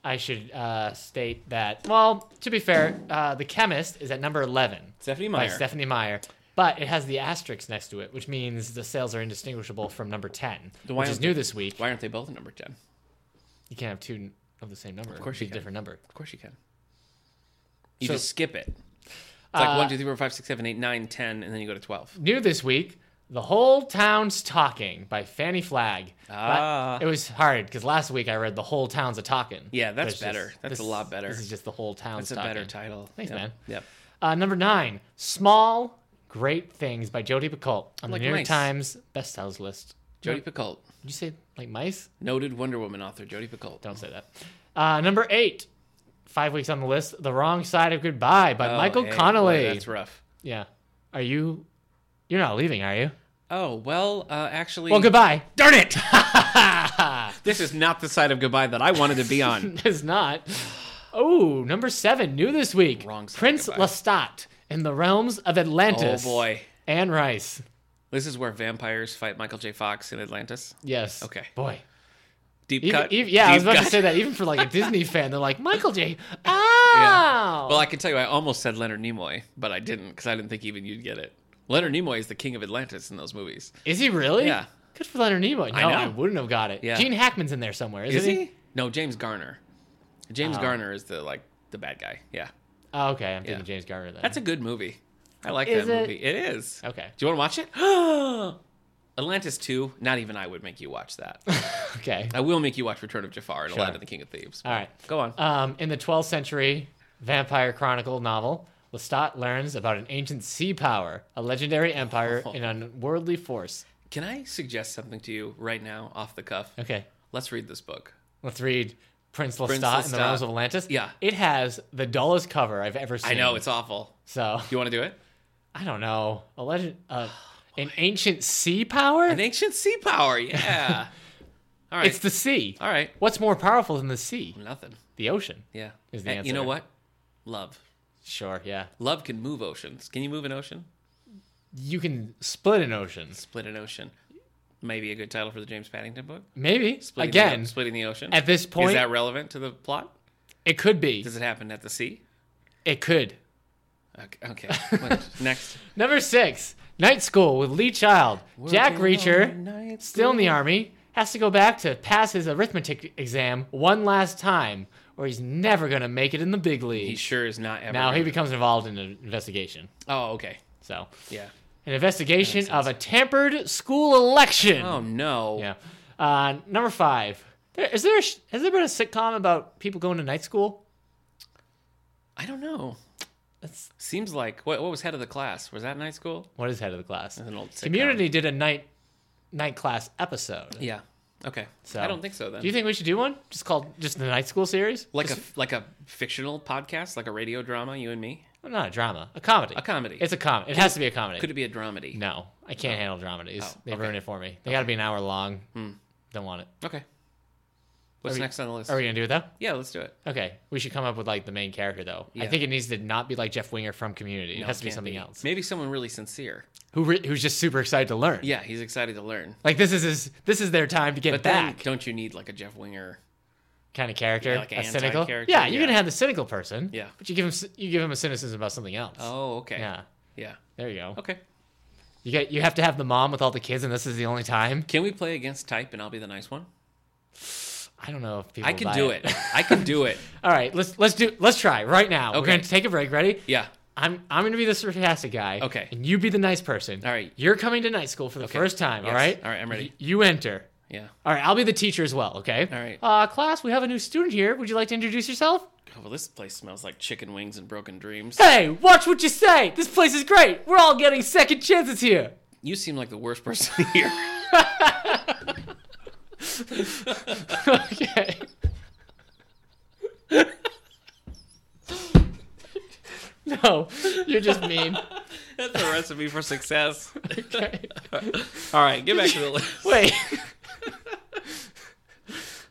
I should uh, state that. Well, to be fair, uh, the chemist is at number eleven.
Stephanie
by
Meyer.
Stephanie Meyer. But it has the asterisk next to it, which means the sales are indistinguishable from number 10,
Then why
which is
aren't
new
they-
this week.
Why aren't they both at number ten?
You can't have two n- of the same number. Of
course
a
you can.
different number.
Of course you can. You
So-
just skip it. It's like
Uh,
one, two, three, four, five, six, seven, eight, nine, ten, and then you go to 12.
New this week, The Whole Town's Talking by Fanny Flagg. But
Ah.
It was hard because last week I read The Whole Town's a Talking.
Yeah, that's
But it's
better. That's a lot better.
This is just The Whole Town's
That's a
Talking.
better title.
Thanks,
Yep.
man.
Yep.
Uh, number nine, Small Great Things by Jodi Picoult on
Like
the New York
mice.
Times bestsellers list.
Jodi Picoult,
Did you say like mice?
noted Wonder Woman author Jodi Picoult.
Don't say that. Uh, number eight, five weeks on the list, The Wrong Side of Goodbye by
Oh,
Michael
hey, boy,
Connolly.
that's rough.
Yeah. Are you. You're not leaving, are you?
Oh well, uh, actually.
Well, goodbye.
Darn it! this is not the side of goodbye that I wanted to be on.
It's not. Oh, number seven, new this week.
Wrong side of
Prince
goodbye.
Lestat in the realms of Atlantis.
Oh, boy.
Anne Rice.
this is where vampires fight Michael J. Fox in Atlantis.
Yes.
Okay.
Boy.
Deep
Even,
cut.
even- yeah, I was
Deep
about to
cut.
say that. Even for like a Disney fan, they're like Michael J. Oh.
Well, I can tell you, I almost said Leonard Nimoy, but I didn't because I didn't think even you'd get it. Leonard Nimoy is the king of Atlantis in those movies.
Is he really?
Yeah.
Good for Leonard Nimoy. No, I,
know.
wouldn't have got it.
Yeah.
Gene Hackman's in there somewhere, isn't
Is he? No, James Garner. James Garner is the like the bad guy. Yeah,
Oh, okay, I'm thinking
Yeah.
James Garner. Then.
that's a good movie. I like
Is
that
it?
movie. It is.
okay.
Do you want to watch it? Atlantis two. Not even I would make you watch that.
Okay.
I will make you watch Return of Jafar and
Sure.
Aladdin and the King of Thieves.
All right.
Go on.
Um, in the 12th century vampire chronicle novel, Lestat learns about an ancient sea power, a legendary empire,
Oh.
and an unworldly force.
Can I suggest something to you right now, off the cuff?
Okay,
Let's read this book.
let's read Prince Lestat,
Prince
in the realms
Lestat.
of Atlantis.
Yeah.
it has the dullest cover I've ever seen.
I know it's awful.
so.
Do you want to do it?
I don't know. A legend, uh, an ancient sea power.
An ancient sea power. Yeah. All right.
it's the sea.
All right.
What's more powerful than the sea?
Nothing.
The ocean.
Yeah.
Is the
And You know
answer.
what? Love.
Sure. Yeah.
Love can move oceans. Can you move an ocean?
You can split an ocean.
Split an ocean. Maybe a good title for the James Paddington book.
Maybe
Splitting
again.
the, splitting the ocean.
At this point,
is that relevant to the plot?
it could be.
Does it happen at the sea?
It could.
Okay. okay. What- Next.
Number six, night school with Lee Child. Jack Reacher, still in the army, has to go back to pass his arithmetic exam one last time, or he's never gonna make it in the big
He
leagues.
sure is not ever.
now he
gonna-
becomes involved in an investigation.
Oh, okay.
So,
Yeah.
an investigation of a tampered school election.
Oh no.
Yeah. Uh, number five. There, is there a sh- has there been a sitcom about people going to night school?
I don't know.
That's
Seems like what? What was head of the class? Was that night school?
what is head of the class.
An old sitcom.
Community did a night night class episode.
Yeah. Okay.
So-
I don't think so then.
Do you think we should do one? Just called just the night school series?
like a like a fictional podcast, like a radio drama, you and me?
Well, not a drama, a comedy.
A comedy.
It's a com. It has to be a comedy.
Could it be a dramedy?
no, I can't handle dramedies.
Oh,
they
okay. Hmm.
ruin it for me. They got to be an hour long. Don't want it.
Okay. What's
Are we-
next on the list?
Are we gonna do it though?
yeah, let's do it.
Okay, we should come up with like the main character though. I
Yeah.
think it needs to not be like Jeff Winger from Community. it
No,
has to be
can't
something else.
Maybe someone really sincere.
Who re- who's just super excited to learn.
Yeah, he's excited to learn.
Like this is his, this is their time to get
But
back
then, don't you need like a Jeff Winger?
kind of character,
Yeah, like an
a cynical.
anti-character,
Yeah, you're
yeah.
gonna have the cynical person.
Yeah.
but you give him c- you give him a cynicism about something else.
Oh, okay. Oh.
yeah.
Yeah.
There you go.
Okay.
You get you have to have the mom with all the kids, and this is the only time.
Can we play against type and I'll be the nice one?
I don't know if people.
I
will
can
buy
do it. I can do it.
All right, let's let's do let's try right now. We're
Okay.
gonna take a break. Ready?
Yeah.
I'm I'm gonna be the sarcastic guy.
Okay.
And you be the nice person.
All right.
You're coming to night school for the first time. All
Yes.
right.
All right, I'm ready.
Y- you enter.
Yeah.
All right, I'll be the teacher as well. Okay.
All right.
Uh, class, we have a new student here. Would you like to introduce yourself?
Oh, well, this place smells like chicken wings and broken dreams.
Hey, watch what you say. This place is great. We're all getting second chances here.
You seem like the worst person here.
okay. no, you're just mean.
That's a recipe for success.
Okay.
All right, get back to the list.
Wait.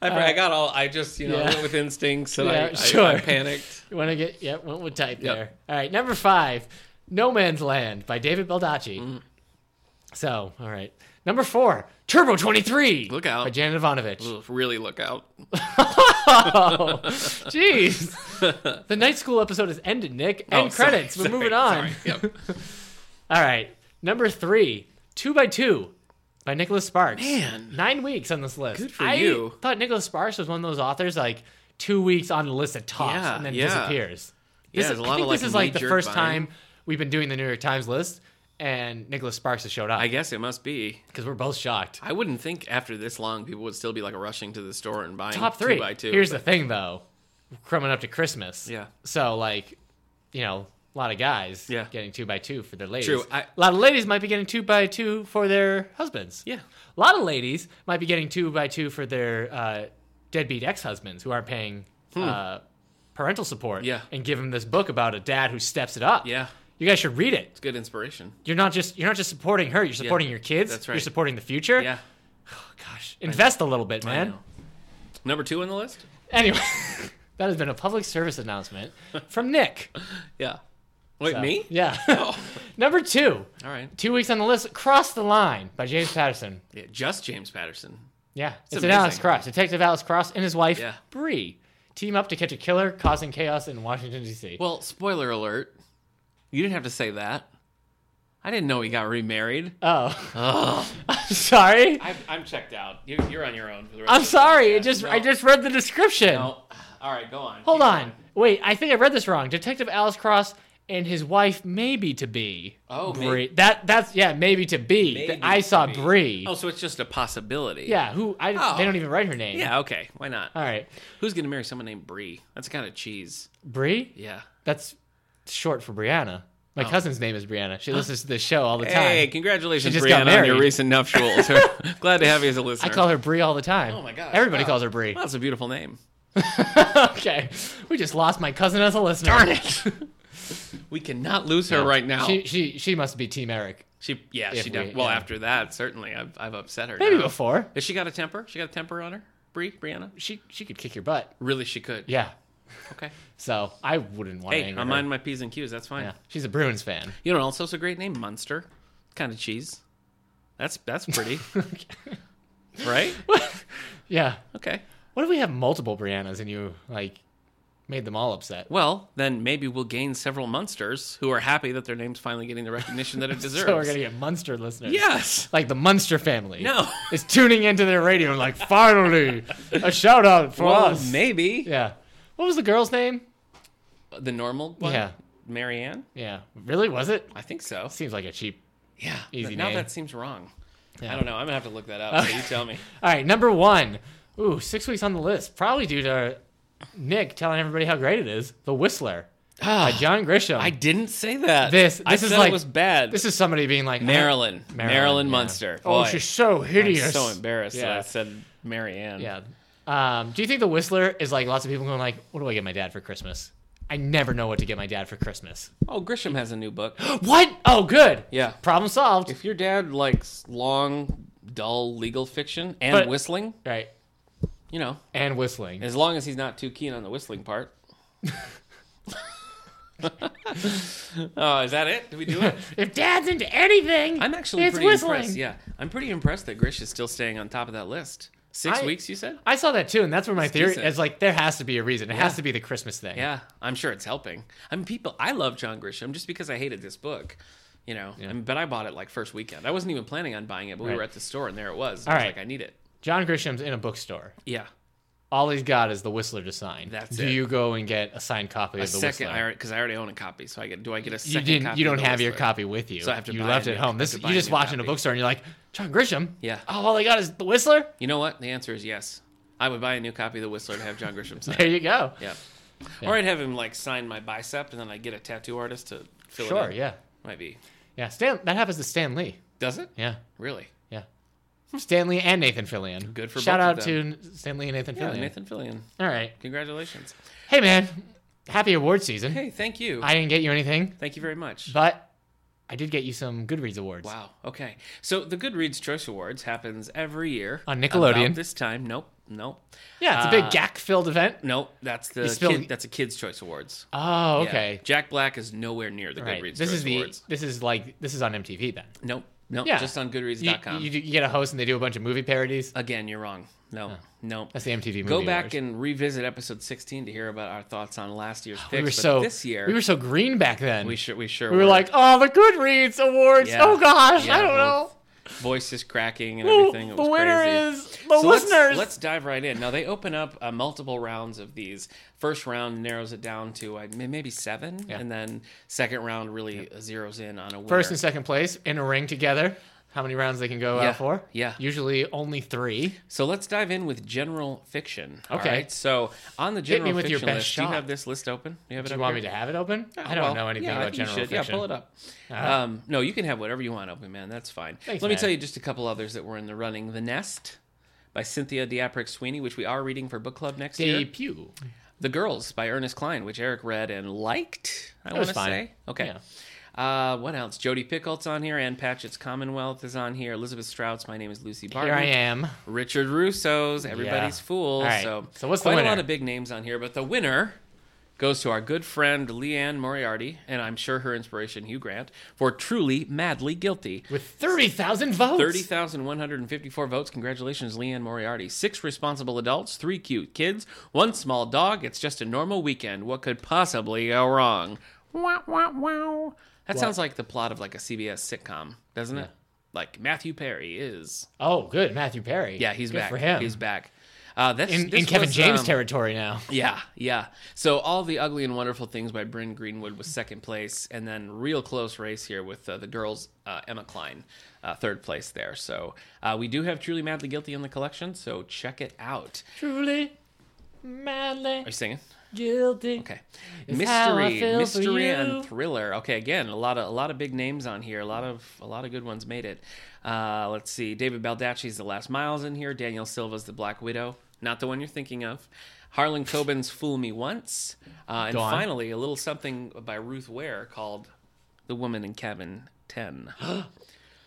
I, I got all. I just you know
Yeah.
went with instincts and
Yeah,
I, I,
sure.
I panicked.
You want to get yeah, went with type
Yep.
there. All right, number five, No Man's Land by David Baldacci.
Mm-hmm.
So, all right, number four, Turbo Twenty Three.
Look out.
by Janet Ivanovich.
Ugh, Really look out.
Oh, jeez. The night school episode has ended, Nick. End
Oh, sorry,
credits. We're
sorry,
moving on.
sorry. Yep.
All right, number three, Two by Two by Nicholas Sparks.
Man.
nine weeks on this list.
Good for
I
you.
Thought Nicholas Sparks was one of those authors like two weeks on the list at tops
Yeah,
and then
yeah.
disappears.
Yeah,
This
there's
is,
a
I
lot
think
of,
this
like,
is like the
knee-jerk
first
buying.
time we've been doing the New York Times list, and Nicholas Sparks has showed up
I guess it must be.
because we're both shocked.
I wouldn't think after this long people would still be like rushing to the store and buying
Top three.
two by two.
Here's
but-
the thing, though, coming up to Christmas.
Yeah.
So like, you know, a lot of guys
Yeah.
getting two by two for their ladies.
True, I-
a lot of ladies might be getting two by two for their husbands.
yeah.
A lot of ladies might be getting two by two for their uh, deadbeat ex husbands who aren't paying uh, parental support.
Hmm. Yeah.
And give them this book about a dad who steps it up.
Yeah.
You guys should read it.
It's good inspiration.
You're not just you're not just supporting her. You're supporting your kids.
that's
You're
right.
supporting the future.
Yeah.
Gosh, invest a little bit,
I
man.
know. Number two on the list.
Anyway, that has been a public service announcement from Nick.
Yeah. Wait,
So,
me?
Yeah.
Oh.
Number two,
All right.
two weeks on the list, "Cross the Line" by James Patterson.
Yeah, just James Patterson.
Yeah, it's, an
amazing.
Alex Cross. Detective Alex Cross and his wife
Yeah.
Bree team up to catch a killer causing chaos in Washington D.C.
Well, spoiler alert. You didn't have to say that. I didn't know he got remarried.
oh,
Ugh.
I'm sorry.
Uh, I'm, I'm checked out. You're, you're on your own. For the rest
I'm
of this
sorry. It
podcast.
just
No,
I just read the description.
no. All right, go on.
Hold
Keep
on. Wait, I think I read this wrong. Detective Alice Cross and his wife maybe to be.
Oh, may-
Bree. that that's yeah, maybe to be.
Maybe
I saw
to be.
Bree.
Oh, so it's just a possibility.
Yeah, Uh, who I
Oh.
they don't even write her name.
Yeah. Okay. Why not?
All right.
Who's gonna marry someone named Bree? That's kind of cheese.
Bree?
Yeah.
That's short for Brianna. My cousin's name is Brianna. She listens to this show all the time.
Oh. Hey, congratulations,
She just got
Brianna, on your
married.
recent nuptials. Glad to have you as a
I
listener.
call her Bree all the time.
Oh my gosh,
Everybody
wow.
calls her Bree.
Well, that's a beautiful name.
okay. We just lost my cousin as a listener.
Darn it. we cannot lose her right now.
She
She,
she she must be Team Eric.
yeah,
If
she
we-
def- well
yeah.
after that certainly I've I've upset her.
Maybe
now.
before.
Has she got a temper? She got a temper on her? Bree, Brianna?
She she could kick your butt.
Really she could.
Yeah.
Okay.
So I wouldn't want to
Hey,
anger
I'm
her.
on my P's and Q's, that's fine.
Yeah. She's a Bruins fan.
You know what else is a great name? Munster. Kind of cheese. That's that's pretty. Right?
Yeah.
Okay.
What if we have multiple Briannas and you like made them all upset?
Well, then maybe we'll gain several Munsters who are happy that their name's finally getting the recognition that it deserves.
So we're gonna get Munster listeners.
yes.
Like the Munster family.
No.
Is tuning into their radio and like finally a shout out for
Well,
us.
maybe
Yeah. What was the girl's name?
the normal one.
Yeah.
Marianne.
Yeah. Really? Was it?
I think so.
Seems like a cheap.
Yeah.
Easy
now
name.
that seems wrong.
Yeah.
I don't know. I'm gonna have to look that up. so you tell me.
All right, number one. Ooh, six weeks on the list. Probably due to Nick telling everybody how great it is. The Whistler by John Grisham.
Ah, I didn't say that.
This-
I
this is
said
like-
it was bad.
this is somebody being like I-
Marilyn. Marilyn,
yeah.
Munster.
Oh,
Boy,
she's so
I'm
hideous.
so embarrassed that
Yeah.
I said Marianne.
Yeah. Um, do you think the Whistler is like lots of people going like, "What do I get my dad for Christmas?" I never know what to get my dad for Christmas.
Oh, Grisham has a new book.
What? Oh, good.
Yeah.
Problem solved.
If your dad likes long, dull legal fiction and
But-
whistling,
right.
you know,
And whistling.
as long as he's not too keen on the whistling part. oh, is that it? Did we do it?
If dad's into anything,
I'm actually
it's
pretty
whistling.
impressed. Yeah, I'm pretty impressed that Grish is still staying on top of that list. Six
I-
weeks, you said?
I saw that too, and that's where my theory
decent.
is like there has to be a reason. It has to be the Christmas thing.
Yeah, I'm sure it's helping. I mean, people, I love John Grisham just because I hated this book, you know. I mean, but I bought it like first weekend. I wasn't even planning on buying it, but we were
Right.
at the store and there it was.
All
I was
right.
like, I need it.
John Grisham's in a bookstore.
Yeah.
all he's got is the Whistler to sign.
That's
Do
it.
you go and get a signed copy
A
of the
second,
Whistler?
because I, already own a copy, so I get. Do I get a
you
second?
didn't.
Copy
You
of
don't
the
have your
Whistler?
copy with you.
So I have to
you
buy a
left
new-
it
I have
home. This
to
you
buy a
just
new
watching a
copy.
bookstore and you're like, John Grisham.
Yeah.
Oh, all I got is the Whistler.
You know what? The answer is yes. I would buy a new copy of the Whistler to have John Grisham sign.
There you go.
yeah. Or I'd have him like sign my bicep, and then I get a tattoo artist to fill it.
Sure.
in.
Yeah.
Might be.
Yeah. Stan. That happens to Stan Lee.
Does it?
Yeah.
Really?
Yeah. Stan Lee and Nathan Fillion.
Hmm. Good for
Shout
both
out
of
to Stan Lee and Nathan
Yeah,
Fillion.
Nathan Fillion.
All right.
Congratulations.
Hey man, happy award season.
Hey, thank you.
I didn't get you anything,
thank you very much.
but I did get you some Goodreads awards.
Wow. Okay. So the Goodreads Choice Awards happens every year
On Nickelodeon.
About this time, nope, nope,
Yeah, it's a big
Uh,
gack filled event.
nope. That's the
You spilled-
kid, that's a Kids Choice Awards.
Oh,
Yeah.
okay.
Jack Black is nowhere near the
Right.
Goodreads
This
Choice
is the
Awards.
this is like this is on MTV then.
Nope. Nope.
Yeah.
Just on
You,
Goodreads.com.
you, you get a host and they do a bunch of movie parodies.
Again, you're wrong. No. No.
That's the MTV movie.
Uh, Go back
awards.
and revisit episode 16 to hear about our thoughts on last year's picks.
we were
but
so
this year
we were so green back then.
we sure we sure
We were like, oh, the Goodreads awards.
Yeah.
Oh gosh,
Yeah,
I don't know.
both voices cracking and
Ooh,
everything. It
the
was
winner
crazy.
is the
So let's-
listeners.
Let's, dive right in. Now they open up uh, multiple rounds of these. First round narrows it down to uh, may- maybe seven,
Yeah.
and then second round really uh, zeroes in on a winner.
First and second place in a ring together. How many rounds they can go
Yeah.
out for?
Yeah.
Usually only three.
so let's dive in with general fiction. all
Okay.
right? So on the general
with
fiction
your best
list, do you
shot.
have this list open? Do you have it
Do
up
you want
here?
me to have it open? I don't
Oh, Well,
know anything
yeah, I
about
think
general
you should.
fiction. Uh-huh.
Yeah, pull it up. Um, no, you can have whatever you want open, man. That's fine.
Thanks,
Let me
man.
tell you just a couple others that were in the running. The Nest by Cynthia Diaprick Sweeney, which we are reading for book club next year.
Debut.
The Girls by Ernest Klein, which Eric read and liked. I want
was
to
fine.
say. Okay. Uh, what else? Jody Pickolt's on here. Ann Patchett's Commonwealth is on here. Elizabeth Strout's My Name is Lucy Barton.
Here I am.
Richard Russo's Everybody's
Yeah.
Fool.
All right.
So,
So what's the
quite a
winner?
lot of big names on here, but the winner goes to our good friend Leanne Moriarty, and I'm sure her inspiration, Hugh Grant, for Truly Madly Guilty.
With 30,000 votes.
30,154 votes. Congratulations, Leanne Moriarty. Six responsible adults, three cute kids, one small dog. It's just a normal weekend. What could possibly go wrong? Wow, wow, wow. That sounds like the plot of like a CBS sitcom, doesn't it? Like Matthew Perry is
Oh, good. Matthew Perry.
yeah, he's
good
back.
for him.
He's back. Uh, that's
in,
this
in Kevin
was,
James
um,
territory now.
Yeah, yeah. So all the ugly and wonderful things by Bryn Greenwood was second place, and then real close race here with uh, the girls uh, Emma Klein, uh, third place there. So uh, we do have Truly Madly Guilty in the collection, so check it out.
Truly, madly
Are you singing?
guilty.
Okay.
It's how I
mystery,
feel for
mystery,
you.
and thriller. Okay, again, a lot of a lot of big names on here. A lot of a lot of good ones made it. Uh, let's see. David Baldacci's The Last Miles in here. Daniel Silva's The Black Widow, not the one you're thinking of. Harlan Coben's Fool Me Once, uh, and
Go on.
finally a little something by Ruth Ware called The Woman in Cabin Ten.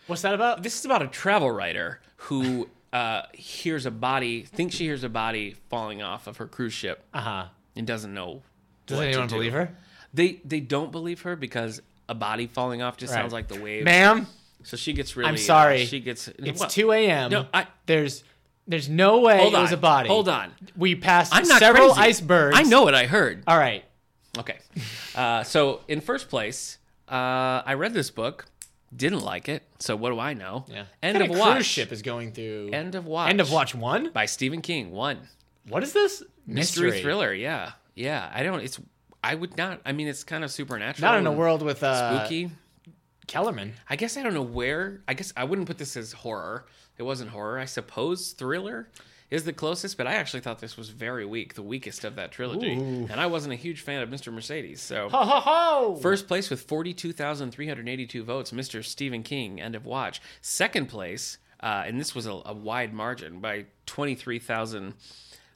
What's that about?
This is about a travel writer who. Uh, hears a body, thinks she hears a body falling off of her cruise ship
Uh huh.
and doesn't know.
Does
what to
anyone
do.
believe her?
They they don't believe her because a body falling off just
Right.
sounds like the wave.
Ma'am,
So she gets really.
I'm sorry.
she gets.
it's
what?
2 a.m.
No, I-
There's there's no way
Hold
it
on.
was a body.
Hold on.
We passed
I'm not
several
crazy.
icebergs.
I know what I heard.
All right.
Okay. Uh, so in first place, uh, I read this book, didn't like it. So what do I know?
Yeah.
End
What
of
kind
watch.
Cruise ship is going through.
End of watch.
End of watch one.
by Stephen King. One
What is this
mystery, thriller. Yeah, yeah. I don't. It's. I would not. I mean, it's kind of supernatural.
Not in a
and
world with uh,
Spooky.
Kellerman.
I guess I don't know where. I guess I wouldn't put this as horror. It wasn't horror. I suppose thriller is the closest, but I actually thought this was very weak, the weakest of that trilogy.
Ooh.
And I wasn't a huge fan of Mr. Mercedes. So,
Ho ho ho!
first place with 42,382 votes, Mr. Stephen King, end of watch. Second place, uh, and this was a, a wide margin by 23,000.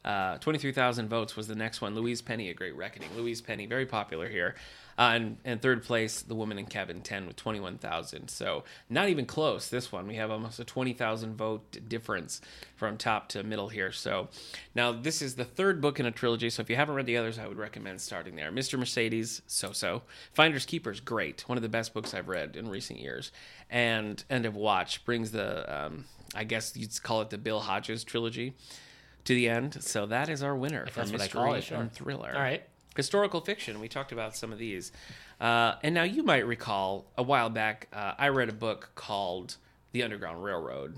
Uh, 23,000 votes was the next one. Louise Penny, A Great Reckoning. Louise Penny, very popular here. Uh, and, and third place, The Woman in Cabin 10 with 21,000. So not even close, this one. We have almost a 20,000 vote difference from top to middle here. So now this is the third book in a trilogy. So if you haven't read the others, I would recommend starting there. Mr. Mercedes, so so. Finders Keepers, great. One of the best books I've read in recent years. And End of Watch brings the, um, I guess you'd call it the Bill Hodges trilogy to the end. So that is our winner for
that's what I
mystery
call it, sure.
and thriller.
All right.
Historical fiction. We talked about some of these, uh, and now you might recall a while back uh, I read a book called The Underground Railroad,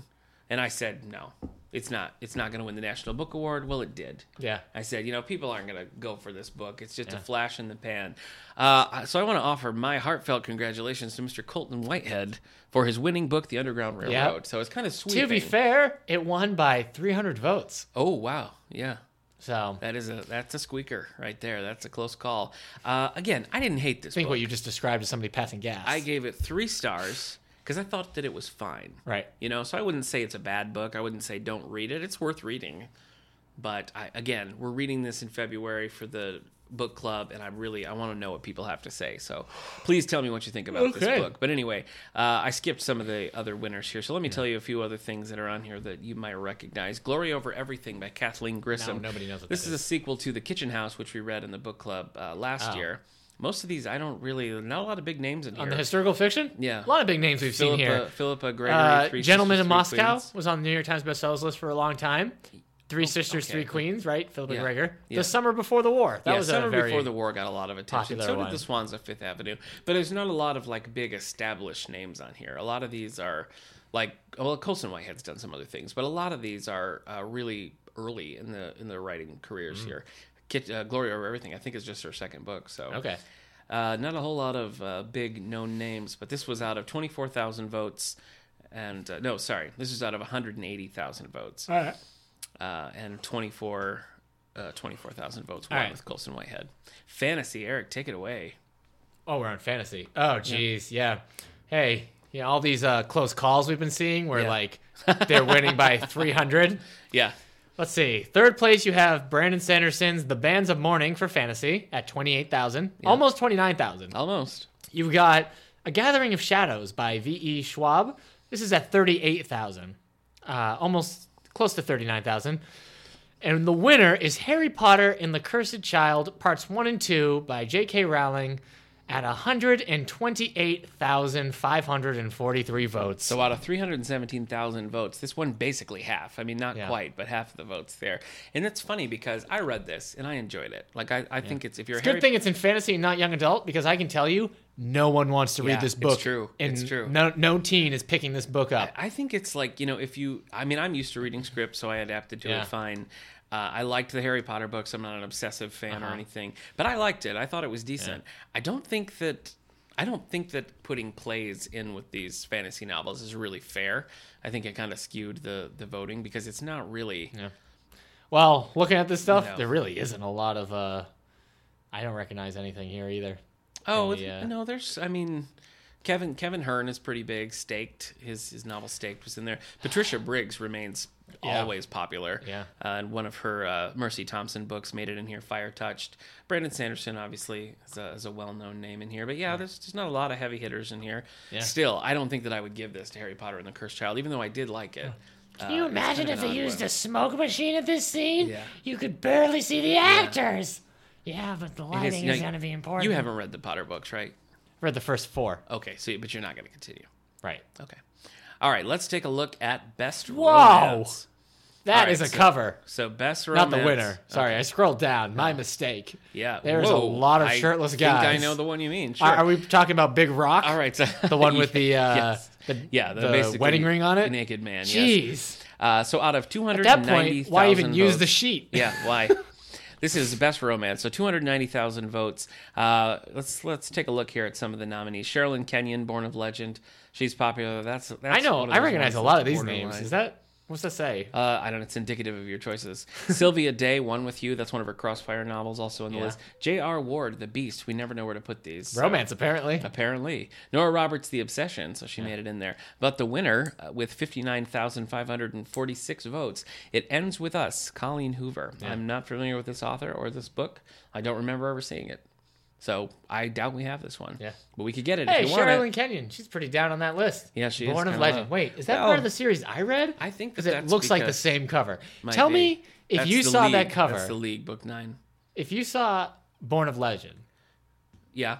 and I said no, It's not. It's not going to win the National Book Award. Well, it did.
Yeah.
I said, you know, people aren't going to go for this book. It's just a flash in the pan. Uh, so I want to offer my heartfelt congratulations to Mr. Colton Whitehead for his winning book, The Underground Railroad. So it's kind of sweet.
To be fair, it won by 300 votes.
Oh wow, yeah.
So I
That is a that's a squeaker right there. That's a close call. Uh, again, I didn't hate this
think
book.
what you just described is somebody passing gas.
I gave it three stars because I thought that it was fine.
Right.
You know, so I wouldn't say it's a bad book. I wouldn't say don't read it. It's worth reading. But I, again, we're reading this in February for the book club, and I'm really I want to know what people have to say. So please tell me what you think about
Okay.
this book. But anyway, uh, I skipped some of the other winners here, so let me tell you a few other things that are on here that you might recognize. "Glory Over Everything" by Kathleen Grissom.
nobody knows what
this
that
is a sequel to "The Kitchen House," which we read in the book club uh, last year. Most of these, I don't really not a lot of big names in here.
Oh. On the historical fiction? A
Yeah.
lot of big names we've
Philippa,
seen here.
Philippa Gregory,
Uh,
Three
Gentleman
Sisters,
in
Three
Moscow
Queens. Oh,
was on the New York Times bestsellers list for a long time. Three Sisters,
okay.
Three Queens, right? Philippa
Yeah.
Gregor.
Yeah.
The Summer Before the War. That
yeah,
was
summer
a very,
before the war got a lot of attention.
popular
So did
one.
the Swans of Fifth Avenue, but there's not a lot of like big established names on here. A lot of these are like well, Colson Whitehead's done some other things, but a lot of these are uh, really early in the in the writing careers
Mm-hmm.
here. Kit, uh, Glory over everything, I think, is just her second book. So
Okay.
Uh, not a whole lot of uh, big known names, but this was out of 24,000 votes. And uh, no, sorry, this is out of 180,000 votes.
All right.
Uh, and 24, uh, 24,000 votes
All
won
right.
with Colson Whitehead. Fantasy, Eric, take it away.
Oh, we're on fantasy. Oh, jeez, yeah. Hey, yeah, all these uh, close calls we've been seeing where
Yeah.
like they're winning by 300.
Yeah.
Let's see. Third place, you have Brandon Sanderson's "The Bands of Mourning" for fantasy at twenty-eight thousand, almost twenty-nine thousand.
Almost.
You've got "A Gathering of Shadows" by V. E. Schwab. This is at thirty-eight thousand, uh, almost close to thirty-nine thousand. And the winner is Harry Potter and the Cursed Child, Parts 1 and 2 by J.K. Rowling at 128,543 votes.
So out of 317,000 votes, this won basically half. I mean, not
Yeah.
quite, but half of the votes there. And that's funny because I read this and I enjoyed it. Like, I, I think it's, if you're a
It's a
Harry
good thing it's in fantasy and not young adult because I can tell you no one wants to
Yeah,
read this
it's
book.
true.
And
It's true.
No, no teen is picking this book up.
I think it's like you know if you I mean I'm used to reading scripts so I adapted to
Yeah.
it fine. Uh, I liked the Harry Potter books. I'm not an obsessive fan
Uh-huh.
or anything, but I liked it. I thought it was decent. I don't think that I don't think that putting plays in with these fantasy novels is really fair. I think it kind of skewed the the voting because it's not really
Well, looking at this stuff,
No.
there really isn't a lot of. Uh, I don't recognize anything here either.
Oh
Yeah.
it's- no, there's. I mean, Kevin Kevin Hearn is pretty big. Staked his his novel Staked was in there. Patricia Briggs remains
Yeah.
always popular.
Yeah.
uh, and one of her uh, Mercy Thompson books made it in here. Fire touched. Brandon Sanderson obviously is a, is a well known name in here. But yeah, there's there's not a lot of heavy hitters in here.
Yeah.
Still, I don't think that I would give this to Harry Potter and the Cursed Child, even though I did like it. Uh,
Can you imagine if they used a smoke machine at this scene?
Yeah.
You could barely see the actors. Yeah, but the
Yes,
lighting
now,
is going to be important.
You haven't read the Potter books, right?
read the first four.
Okay, so but you're not going to continue.
Right.
Okay. All right, let's take a look at best
Wow.
romance.
That
right,
is a
so-
cover,
So best
not
romance. Uh,
the winner. Sorry, I scrolled down. My mistake.
Yeah.
There's a
Whoa,
lot of
I
shirtless
think
guys.
I know the one you mean. Sure.
Are, are we talking about Big Rock?
All right. So
The one with the uh,
Yes.
the,
yeah, the,
the
basically
wedding ring on it.
Naked man.
Jeez.
Yes. Uh, so out of two
At
hundred
that
ninety
point,
thousand.
why even use the sheet?
Yeah, why? this is the best romance. So 290,000 votes. Uh, let's let's take a look here at some of the nominees. Sherilyn Kenyon, Born of Legend. She's popular. That's,
I
that's
know.
one of
I
those
recognize a
ones
lot of
that's
these names.
borderline.
Is that what's that say?
Uh, I don't know. It's indicative of your choices. Sylvia Day, One with You. That's one of her Crossfire novels, also on the
Yeah.
list. J.R. Ward, The Beast. We never know where to put these. so-
Romance, apparently.
Apparently. Nora Roberts, The Obsession. So she made it in there. But the winner, uh, with 59,546 votes, it ends with us, Colleen Hoover. I'm not familiar with this author or this book. I don't remember ever seeing it. So I doubt we have this one.
Yeah.
But we could get it
Hey,
if you want it.
Sherilyn Kenyon. She's pretty down on that list.
Yeah, she is
Born of
kinda
Legend.
low.
Wait, is that
Well,
part of the series I read?
I think that
because it
that's
looks like the
because-
same cover.
Might
Tell
be.
me if
That's
you
the
saw
league.
that cover.
That's the league, book nine.
If you saw Born of Legend,
Yeah,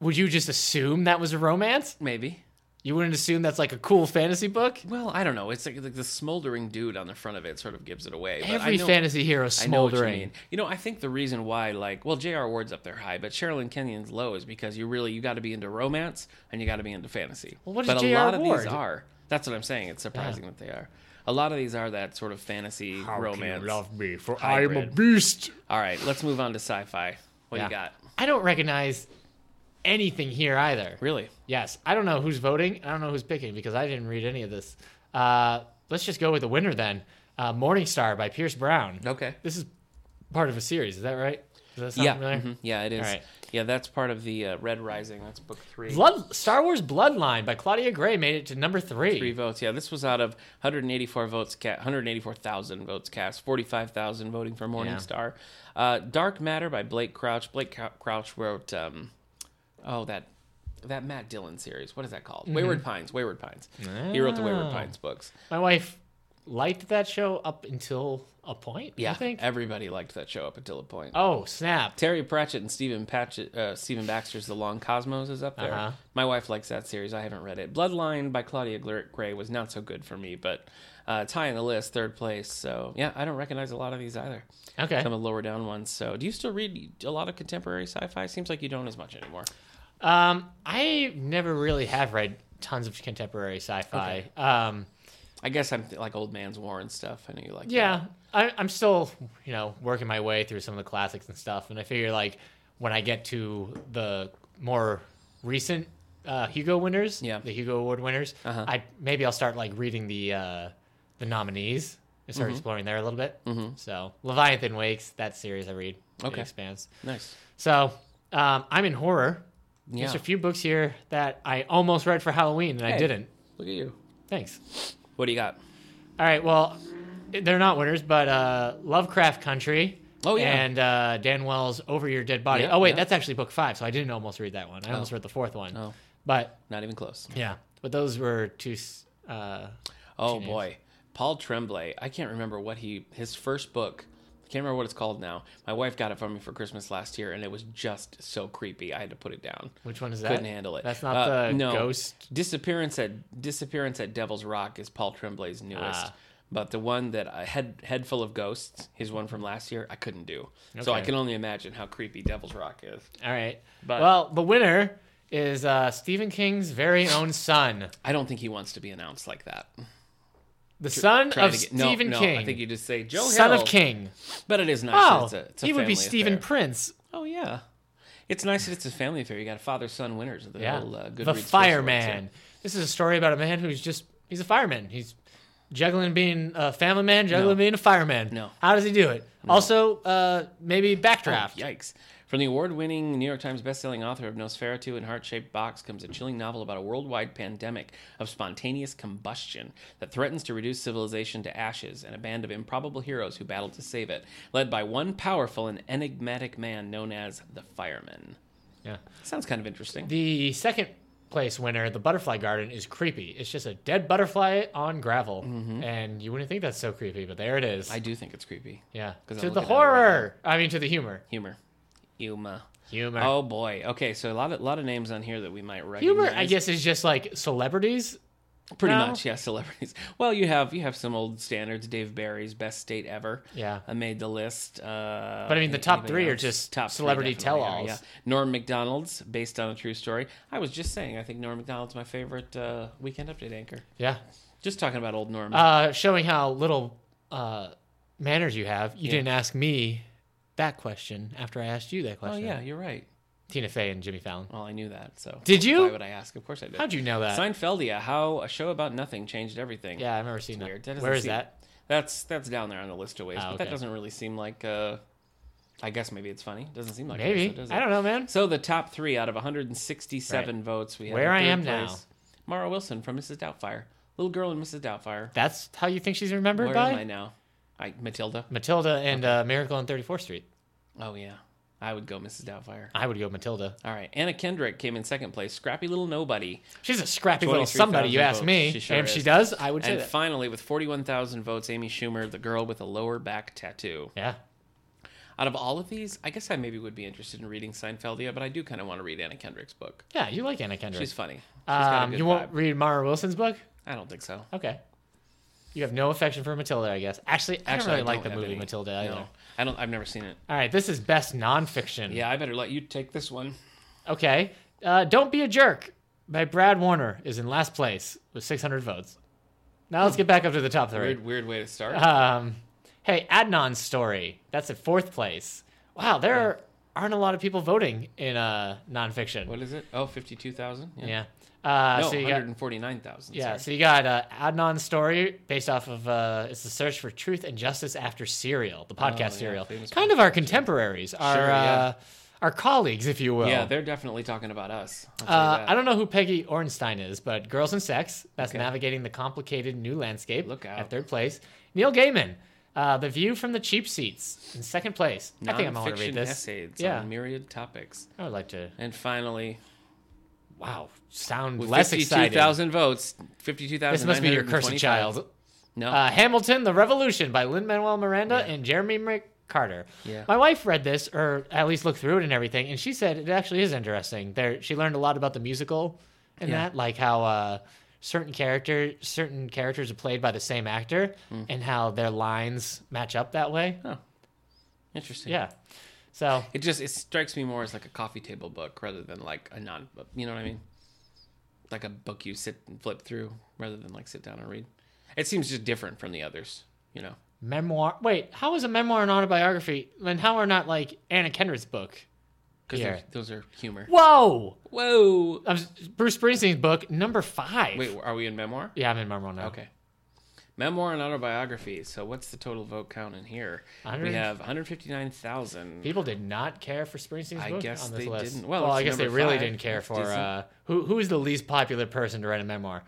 would you just assume that was a romance?
maybe.
You wouldn't assume that's like a cool fantasy book.
Well, I don't know. It's like, like the smoldering dude on the front of it sort of gives it away. But
Every
I know,
fantasy hero
I know what you
smoldering.
mean. You know, I think the reason why, like, well, J.R. Ward's up there high, but Sherilyn Kenyon's low is because you really you got to be into romance and you got to be into fantasy.
Well, what is
but a
J.R.
lot of
Ward?
these are. That's what I'm saying. It's surprising that they are. a lot of these are that sort of fantasy romance.
me, for
I'm a
beast.
All right, let's move on to sci-fi. What do you got?
I don't recognize anything here either.
Really?
Yes, I don't know who's voting. I don't know who's picking because I didn't read any of this. Uh, let's just go with the winner then. Uh, Morning Star by Pierce Brown.
Okay.
This is part of a series. Is that right? Does that sound
Yeah.
familiar?
mhm, Yeah, it is.
Oh, All right.
Yeah, that's part of the uh, Red Rising. That's book three.
Blood, Star Wars Bloodline by Claudia Gray made it to number three.
Three votes. Yeah, this was out of 184 votes, ca- 184,000 votes cast, 45,000 voting for Morningstar. Uh, Dark Matter by Blake Crouch. Blake Cou- Crouch wrote, um, oh that that Matt Dillon series. What is that called? Wayward Pines. Wayward Pines. He wrote the Wayward Pines books.
My wife liked that show up until a point.
Yeah,
I think.
everybody liked that show up until a point.
Oh snap!
Terry Pratchett and Stephen Patchett, uh, Stephen Baxter's The Long Cosmos is up there.
Uh-huh.
My wife likes that series. I haven't read it. Bloodline by Claudia Gl- Gray was not so good for me, but uh, it's high in the list, third place. So yeah, I don't recognize a lot of these either.
Okay.
Some of the lower down ones. So do you still read a lot of contemporary sci-fi? Seems like you don't as much anymore.
Um, I never really have read tons of contemporary sci-fi. Um,
I guess I'm th- like old man's war and stuff. I know you like.
yeah, I, I'm still, you know, working my way through some of the classics and stuff. And I figure like when I get to the more recent uh, Hugo winners,
Yeah.
the Hugo Award winners,
Uh-huh.
I maybe I'll start like reading the uh, the nominees and start
Mm-hmm.
exploring there a little bit. So Leviathan Wakes, that series I read.
Okay.
It expands.
that. Nice.
So um, I'm in horror.
Yeah.
There's a few books here that I almost read for Halloween and I
Hey.
didn't.
Look at you.
Thanks.
What do you got?
All right. Well, they're not winners, but uh, Lovecraft Country.
Oh, yeah.
And uh, Dan Wells' Over Your Dead Body.
Yeah,
oh wait,
yeah.
that's actually book five, so I didn't almost read that one. I almost read the fourth one.
Oh.
But
Not even close.
yeah, but those were two. s- Uh,
Oh boy, Paul Tremblay. I can't remember what he his first book. I can't remember what it's called now. My wife got it for me for Christmas last year, and it was just so creepy. I had to put it down.
which one is that?
Couldn't handle it.
That's not
Uh,
the
no.
ghost.
Disappearance at Disappearance at Devil's Rock is Paul Tremblay's newest.
Ah.
But the one that I head head full of ghosts, his one from last year, I couldn't do. So I
Okay.
can only imagine how creepy Devil's Rock is.
All right.
But-
well, the winner is uh, Stephen King's very own son,
I don't think he wants to be announced like that.
the son
Trying
of
to get- no,
Stephen
no,
King,
I think you just say Joe
son
Hill.
of King.
But it is nice. that
Oh,
it's a- it's a
he would be
family
Stephen
affair.
Prince.
Oh yeah, it's nice that it's a family affair. You got father son winners of the
Yeah.
whole uh, Goodreads.
the
Choice
fireman.
Awards,
This is a story about a man who's just he's a fireman. He's juggling being a family man, juggling
No.
being a fireman.
No.
How does he do it? Also, uh, maybe
yeah.
backdraft.
Oh, yikes! From the award-winning New York Times best-selling author of Nosferatu and Heart-Shaped Box comes a chilling novel about a worldwide pandemic of spontaneous combustion that threatens to reduce civilization to ashes and a band of improbable heroes who battle to save it, led by one powerful and enigmatic man known as the Fireman.
yeah.
Sounds kind of interesting.
The second place winner, the butterfly garden, is creepy. It's just a dead butterfly on gravel, and you wouldn't think that's so creepy, but there it is.
Mm-hmm. I do think it's creepy.
yeah.
'Cause
To
I'm
the
looking at it right
horror. I mean, to the humor.
Humor. Humor.
Humor.
Oh boy. Okay, so a lot of lot of names on here that we might recognize.
humor. I guess is just like celebrities.
pretty
now.
much, yeah, celebrities. Well, you have you have some old standards. Dave Barry's best state ever.
Yeah.
I made the list. Uh,
But I mean, the top
anybody
three are
else?
just
top
celebrity
definitely are,
tell-alls.
Yeah, Norm Macdonald's based on a true story. I was just saying, I think Norm Macdonald's my favorite uh, Weekend Update anchor.
Yeah.
Just talking about old Norm.
uh, showing how little uh, manners you have. You didn't ask me that question after I asked you that
oh
question.
yeah, you're right.
Tina Fey and Jimmy Fallon.
Well, I knew that. So
Did you?
Why would I ask? Of course I did.
How'd you know that?
Seinfeldia, how a show about nothing changed everything.
yeah, I've never seen
weird.
that.
That
Where
doesn't
is
seem-
that?
That's that's down there on the list of ways,
Ah,
but
okay.
that doesn't really seem like. Uh, I guess maybe it's funny. Doesn't seem like
Maybe.
it, so does
I
it?
don't know, man.
So the top three out of 167 votes, we have
Where
in
I
third
am now.
Mara Wilson from Mrs. Doubtfire, little girl in Mrs. Doubtfire.
That's how you think she's remembered
Where
by
am I now? I Matilda.
Matilda and uh, Miracle on 34th Street.
Oh yeah, I would go Mrs. Doubtfire.
I would go Matilda.
All right, Anna Kendrick came in second place. Scrappy little nobody.
She's a scrappy little somebody. You
23,000
ask me,
votes. She sure
and if she
is.
does, I would say
And
that.
finally, with 41,000 votes, Amy Schumer, the girl with a lower back tattoo.
yeah.
Out of all of these, I guess I maybe would be interested in reading Seinfeldia, but I do kind of want to read Anna Kendrick's book.
Yeah, you like Anna Kendrick.
She's funny. She's got a
um,
good
you won't
vibe.
read Mara Wilson's book?
I don't think so.
Okay. You have no affection for Matilda, I guess. Actually, I
Actually, I
don't really like the
have
movie
any.
Matilda either.
No, I don't. I've never seen it.
All right, this is best nonfiction.
Yeah, I better let you take this one.
Okay. Uh, Don't Be a Jerk by Brad Warner is in last place with 600 votes. Now let's get back up to the top three.
Weird, weird way to start.
Um, hey, Adnan's story. That's at fourth place. Wow, there are, aren't a lot of people voting in uh, nonfiction.
what is it? Oh, 52,000?
Yeah. Uh,
No,
so you got
149,000.
yeah,
sorry.
so you got uh, Adnan's story based off of uh, it's the search for truth and justice after Serial, the podcast
Oh, yeah,
Serial.
famous
Kind of our contemporaries, our
Sure, yeah.
uh, our colleagues, if you will.
Yeah, they're definitely talking about us. I'll tell you
Oh. Uh,
that.
I don't know who Peggy Ornstein is, but Girls and Sex, that's
Okay.
navigating the complicated new landscape.
Look out.
At third place. Neil Gaiman, uh, The View from the Cheap Seats, in second place. I think I'm going to read
Nonfiction
this.
essays
Yeah.
on myriad topics.
I would like to.
And finally,
Wow, sound
with
less excited.
52,000 votes, 52,000.
This must be your cursed child.
No.
Uh, Hamilton, The Revolution by Lin Manuel Miranda and Jeremy McCarter.
Yeah.
My wife read this, or at least looked through it and everything, and she said it actually is interesting. There, she learned a lot about the musical and
Yeah.
that, like how uh, certain character, certain characters are played by the same actor,
Mm.
and how their lines match up that way.
Interesting.
Yeah. So
It just it strikes me more as like a coffee table book rather than like a non book. You know what I mean? Like a book you sit and flip through rather than like sit down and read. It seems just different from the others, you know.
memoir. Wait, how is a memoir an autobiography? Then how are not like Anna Kendra's book?
Because
Yeah.
those are humor.
Whoa.
Whoa.
I'm, Bruce Springsteen's book number five.
Wait, are we in memoir?
Yeah, I'm in memoir now.
Okay. Memoir and autobiography. So what's the total vote count in here? We
100
have 159,000.
People did not care for Springsteen's
I
book
guess
on this
they
list.
didn't. Well,
Well, I
it's
guess they
number
really
five.
didn't care
That's
for
decent.
uh, who who is the least popular person to write a memoir?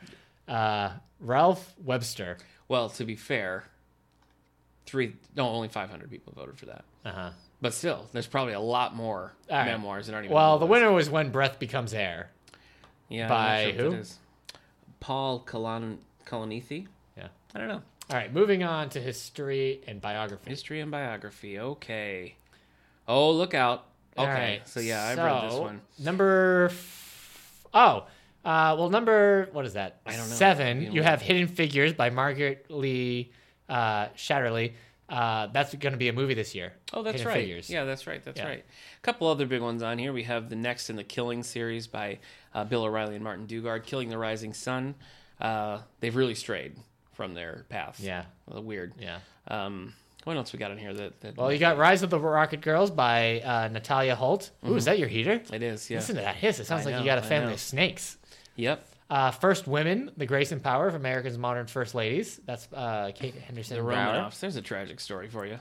Uh, Ralph Webster.
Well, to be fair, three no, only 500 people voted for that.
Uh-huh.
But still, there's probably a lot more
All right.
memoirs that aren't even.
Well,
on
the
list.
winner was When Breath Becomes Air.
yeah, I'm
by
not sure what
who?
it is. Paul Kalan Kalanithi.
Yeah.
I don't know.
All right, moving on to history and biography.
History and biography. Okay. Oh, look out.
All
Okay.
right,
So yeah, I've read this
so,
one.
Number f- oh, uh, well, number what is that?
I don't know.
Seven.
You
You,
don't
have Hidden Figures by Margaret Lee uh, Shatterly. Uh, that's going to be a movie this year.
Oh, that's
Hidden
right.
Figures.
Yeah, that's right. That's
Yeah.
right. A couple other big ones on here. We have the Next and the Killing series by uh, Bill O'Reilly and Martin Dugard, Killing the Rising Sun. Uh, they've really strayed from their path.
Yeah.
Well, weird.
Yeah.
Um, what else we got in here? That, that
Well, you got Rise of the Rocket Girls by uh, Natalia Holt. Ooh, is that your heater?
it is. Mm-hmm. Yeah.
Listen to that hiss. It sounds
I
like you
know,
got a
I
family
know.
of snakes.
Yep.
Uh, First Women, The Grace and Power of America's Modern First Ladies. That's uh, Kate Henderson.
The
Brower.
Romanovs. There's a tragic story for you.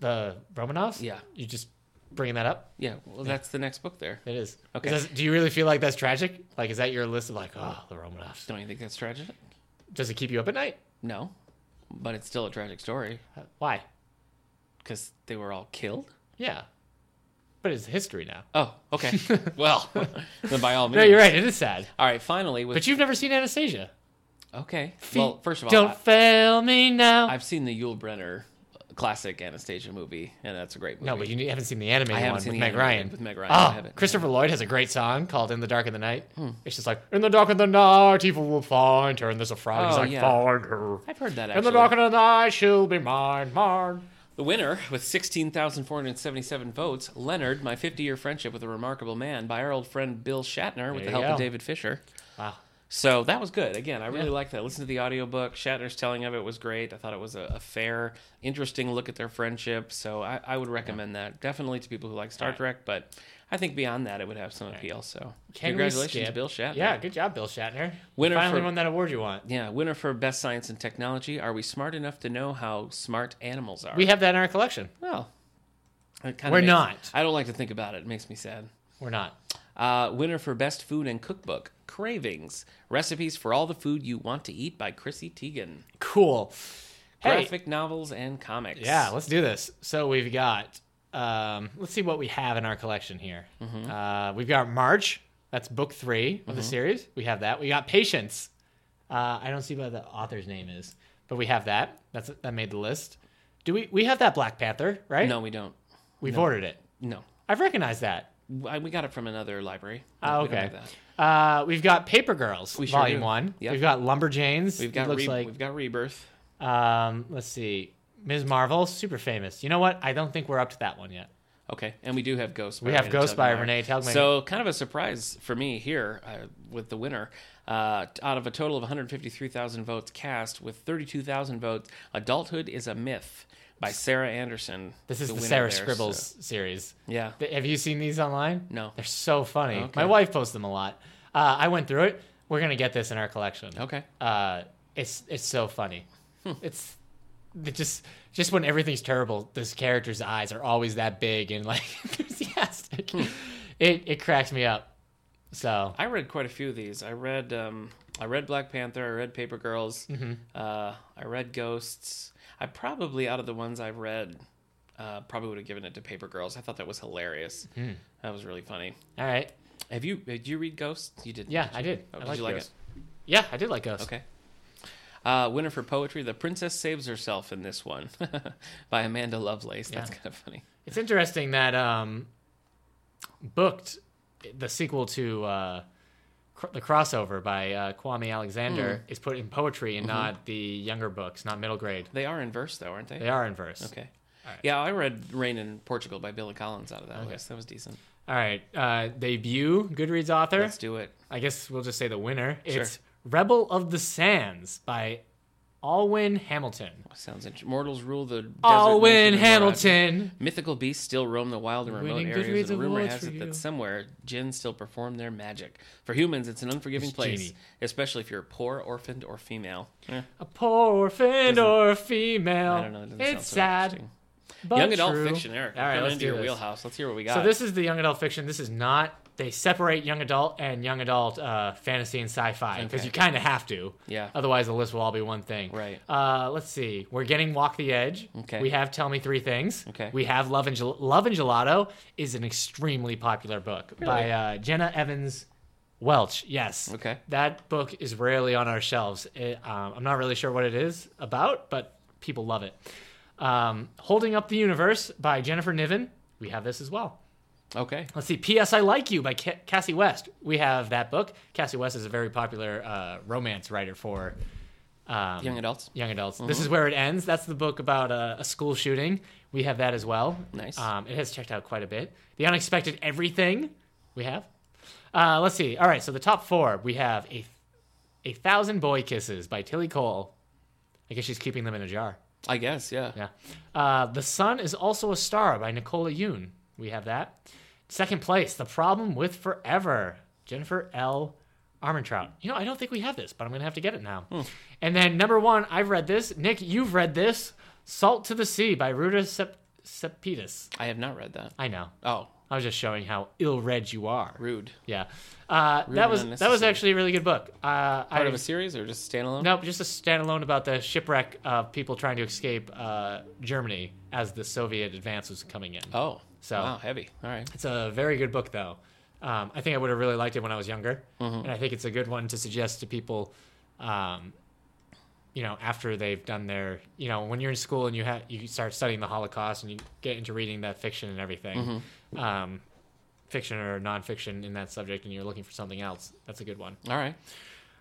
The Romanovs?
Yeah.
You just bringing that up?
Yeah. Well, that's the next book there.
It is.
Okay.
Is that- do you really feel like that's tragic? Like, is that your list of like, oh, the Romanovs?
Don't you think that's tragic?
Does it keep you up at night?
No, but it's still a tragic story
Uh, Why?
because they were all killed.
Yeah. But it's history now.
Oh, okay. well, then by all means.
No, you're right. It is sad.
All right. Finally, with
But you've never seen Anastasia.
okay. Well, first of all,
don't
I,
fail me now.
I've seen the Yul Brenner classic Anastasia movie, and that's a great movie.
No, but you haven't seen the animated
I haven't
one
seen
with
the
Meg
animated
Ryan.
with Meg Ryan. I
Oh,
haven't, Hmm.
Christopher Lloyd has a great song called "In the Dark of the Night." It's just like "In the dark of the night, evil will find her," and there's a frog. He's
Oh,
like,
yeah.
"Find her."
I've heard
In
that. Actually.
the dark of the night, she'll be mine, mine.
The winner, with 16,477 votes, Leonard, My 50 Year Friendship with a Remarkable Man, by our old friend Bill Shatner, with
There you
the help
go.
of David Fisher.
Wow.
So that was good. Again, I really liked that. Listen to the audiobook. Shatner's telling of it was great. I thought it was a, a fair, interesting look at their friendship. So I, I would recommend that definitely to people who like Star
Alright.
Trek, but I think beyond that, it would have some appeal. So
Can we
congratulations to
skip-
Bill Shatner.
Yeah, good job, Bill Shatner.
Winner
Winner finally
for-
won that award you want.
Yeah, winner for Best Science and Technology. Are we smart enough to know how smart animals are?
We have that in our collection.
well, it kinda
We're
makes-
not.
I don't like to think about it. It makes me sad.
We're not.
Uh, winner for Best Food and Cookbook, Cravings. Recipes for all the food you want to eat by Chrissy Teigen.
Cool. Hey,
Graphic novels and comics.
Yeah, let's do this. So we've got, um, let's see what we have in our collection here.
Mm-hmm.
Uh, we've got March. That's book three of the series. We have that. We got Patience. Uh, I don't see what the author's name is, but we have that. That's that made the list. Do we? We have that Black Panther, right?
No, we don't.
we've ordered it.
No.
I've recognized that.
I, we got it from another library.
Oh,
We don't
okay.
have that.
Uh, we've got Paper Girls,
We sure
Volume
do.
One.
Yep.
We've got Lumberjanes.
We've got,
it looks
re-
like.
we've got Rebirth.
Um, let's see, Ms. Marvel, super famous. You know what? I don't think we're up to that one yet.
Okay, and we do have Ghost.
We have Ghost by Renee Telgemeier.
So kind of a surprise for me here uh, with the winner. Uh, t- out of a total of 153,000 votes cast, with 32,000 votes, "Adulthood is a Myth" by Sarah Anderson.
This is the,
winner
Sarah
there, so-
Scribbles series.
Yeah.
Th- Have you seen these online?
No.
They're so funny.
Okay.
My wife posts them a lot. Uh, I went through it. We're gonna get this in our collection.
Okay. Hmm.
Uh, it's it's so funny. It's it just just when everything's terrible, this character's eyes are always that big and like enthusiastic.
Hmm.
It it cracks me up. So
I read quite a few of these. I read um, I read Black Panther. I read Paper Girls.
Mm-hmm.
Uh, I read Ghosts. I probably out of the ones I've read, uh, probably would have given it to Paper Girls. I thought that was hilarious.
Hmm.
That was really funny.
all right.
Have you did you read Ghosts? You did.
Yeah,
you?
I did.
Oh,
I
did
like
you like
Ghost. Yeah, I did like Ghost.
it? Okay. Uh, winner for poetry, The Princess Saves Herself in this one by Amanda Lovelace. That's
Yeah.
kind of funny.
It's interesting that um, booked the sequel to uh, cr- the crossover by uh, Kwame Alexander
Hmm.
is put in poetry and
Mm-hmm.
not the younger books, not middle grade.
They are in verse though, aren't they?
They are in verse.
Okay.
All right.
Yeah, I read Rain in Portugal by Billy Collins out of that list. That was decent.
All right. Uh, debut Goodreads author.
Let's do it.
I guess we'll just say the winner. It's Rebel of the Sands by Alwyn Hamilton.
Sounds interesting. Mortals rule the desert
Alwyn
nation of Morat.
Oh, Hamilton.
Mythical beasts still roam the wild and remote
Winning
areas,
Goodreads
and rumor
awards
has
for
it
you.
that somewhere djinn still perform their magic. For humans, it's an unforgiving
It's
place,
genie.
especially if you're poor, orphaned, or female. Eh,
A poor orphan or female.
I don't know. It doesn't
it's
sound so
sad.
interesting.
But
Young adult
true.
fiction, Eric.
All right,
Come
let's
into
do
your
this.
wheelhouse. Let's hear what we got.
So this is the young adult fiction. This is not. They separate young adult and young adult uh, fantasy and sci-fi because
Okay.
you kind of have to.
Yeah.
Otherwise, the list will all be one thing.
Right.
Uh, let's see. We're getting Walk the Edge.
Okay.
We have Tell Me Three Things.
Okay.
We have Love and Gel- Love and Gelato is an extremely popular book by uh, Jenna Evans Welch. Yes.
Okay.
That book is rarely on our shelves. It, um, I'm not really sure what it is about, but people love it. Um, Holding Up the Universe by Jennifer Niven. We have this as well.
okay.
Let's see. P.S. I Like You by Ca- Cassie West. We have that book. Cassie West is a very popular uh, romance writer for um,
Young adults.
young adults. This is where it ends. That's the book about uh, a, a school shooting. We have that as well.
Nice.
Um, it has checked out quite a bit. The unexpected everything. We have. Uh, let's see. All right. So the top four. We have a a thousand boy kisses by Tilly Cole. I guess she's keeping them in a jar.
I guess. Yeah.
Yeah. Uh, the Sun is Also a Star by Nicola Yoon. We have that. Second place, The Problem with Forever, Jennifer L. Armentrout. You know, I don't think we have this, but I'm going to have to get it now.
Hmm.
And then number one, I've read this. Nick, you've read this. Salt to the Sea by Ruta Sep- Sepidus.
I have not read that.
I know.
Oh,
I was just showing how ill read you are.
rude.
Yeah. Uh, that
and
was that was
unnecessary.
actually a really good book. Uh,
Part
I,
of a series or just standalone?
Nope, just a standalone about the shipwreck of people trying to escape uh, Germany as the Soviet advance was coming in.
Oh.
So-
wow, heavy. All right.
It's a very good book, though. Um, I think I would have really liked it when I was younger, and I think it's a good one to suggest to people. Um, you know, after they've done their, you know, when you're in school and you have you start studying the Holocaust and you get into reading that fiction and everything, um, fiction or nonfiction in that subject, and you're looking for something else. That's a good one.
All right.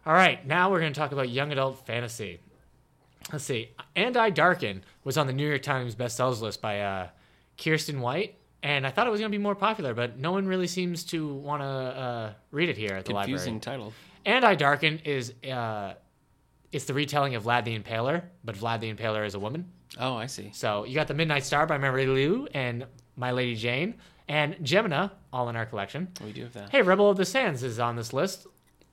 All right, now we're going to talk about young adult fantasy. Let's see. And I Darken was on the New York Times bestsellers list by uh, Kirsten White, and I thought it was going to be more popular, but no one really seems to want to uh, read it here at the
Confusing
library.
title.
And I Darken is uh, it's the retelling of Vlad the Impaler, but Vlad the Impaler is a woman.
Oh, I see.
So you got the Midnight Star by Mary Lou and My Lady Jane, and Gemina, all in our collection.
We do have that.
Hey, Rebel of the Sands is on this list,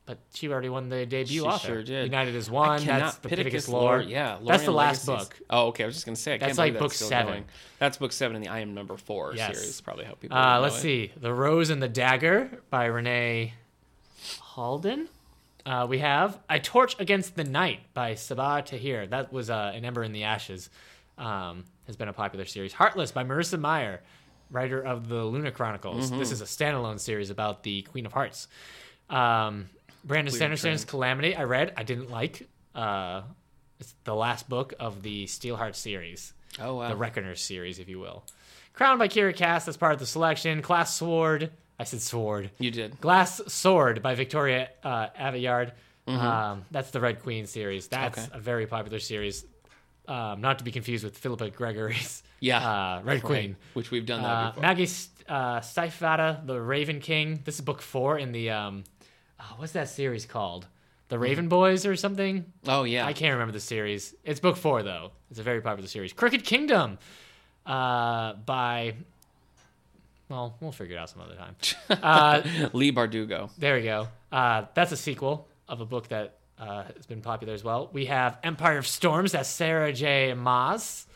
but she already won the debut
She
author.
sure did.
United is one.
cannot-
That's the
Pittacus
Pittacus lore.
Yeah, Lore
that's the
and
last
Legacies.
book.
Oh, okay. I was just gonna say. I can't
That's
believe
like book
still
seven.
going. That's book seven in the I Am Number Four
Yes.
series. Probably how people.
Uh,
would
let's
know it.
see, The Rose and the Dagger by Renee Halden. Uh, we have I Torch Against the Night by Sabah Tahir. That was uh, an Ember in the Ashes. Um, has been a popular series. Heartless by Marissa Meyer, writer of the Luna Chronicles.
Mm-hmm.
This is a standalone series about the Queen of Hearts. Um, Brandon Sanderson's Calamity. I read. I didn't like. Uh, it's the last book of the Steelheart series
Oh wow.
the Reckoner series, if you will. Crowned by Kira Cass, that's part of the selection. Glass Sword, I said Sword.
you did.
Glass Sword by Victoria uh, Aveyard. Um, that's the Red Queen series. That's
Mm-hmm. Okay.
a very popular series. um, not to be confused with Philippa Gregory's
Yeah.
uh, Red Queen.
which we've done that
Uh,
before.
Maggie St- uh, Stifata, The Raven King. This is book four in the um, uh, what's that series called?
Hmm.
The Raven Boys or something?
oh yeah,
I can't remember the series. It's book four though. It's a very popular series. Crooked Kingdom, uh, by. Well, we'll figure it out some other time. Uh,
Lee Bardugo.
there we go. Uh, that's a sequel of a book that uh, has been popular as well. We have Empire of Storms. That's Sarah J. Maas.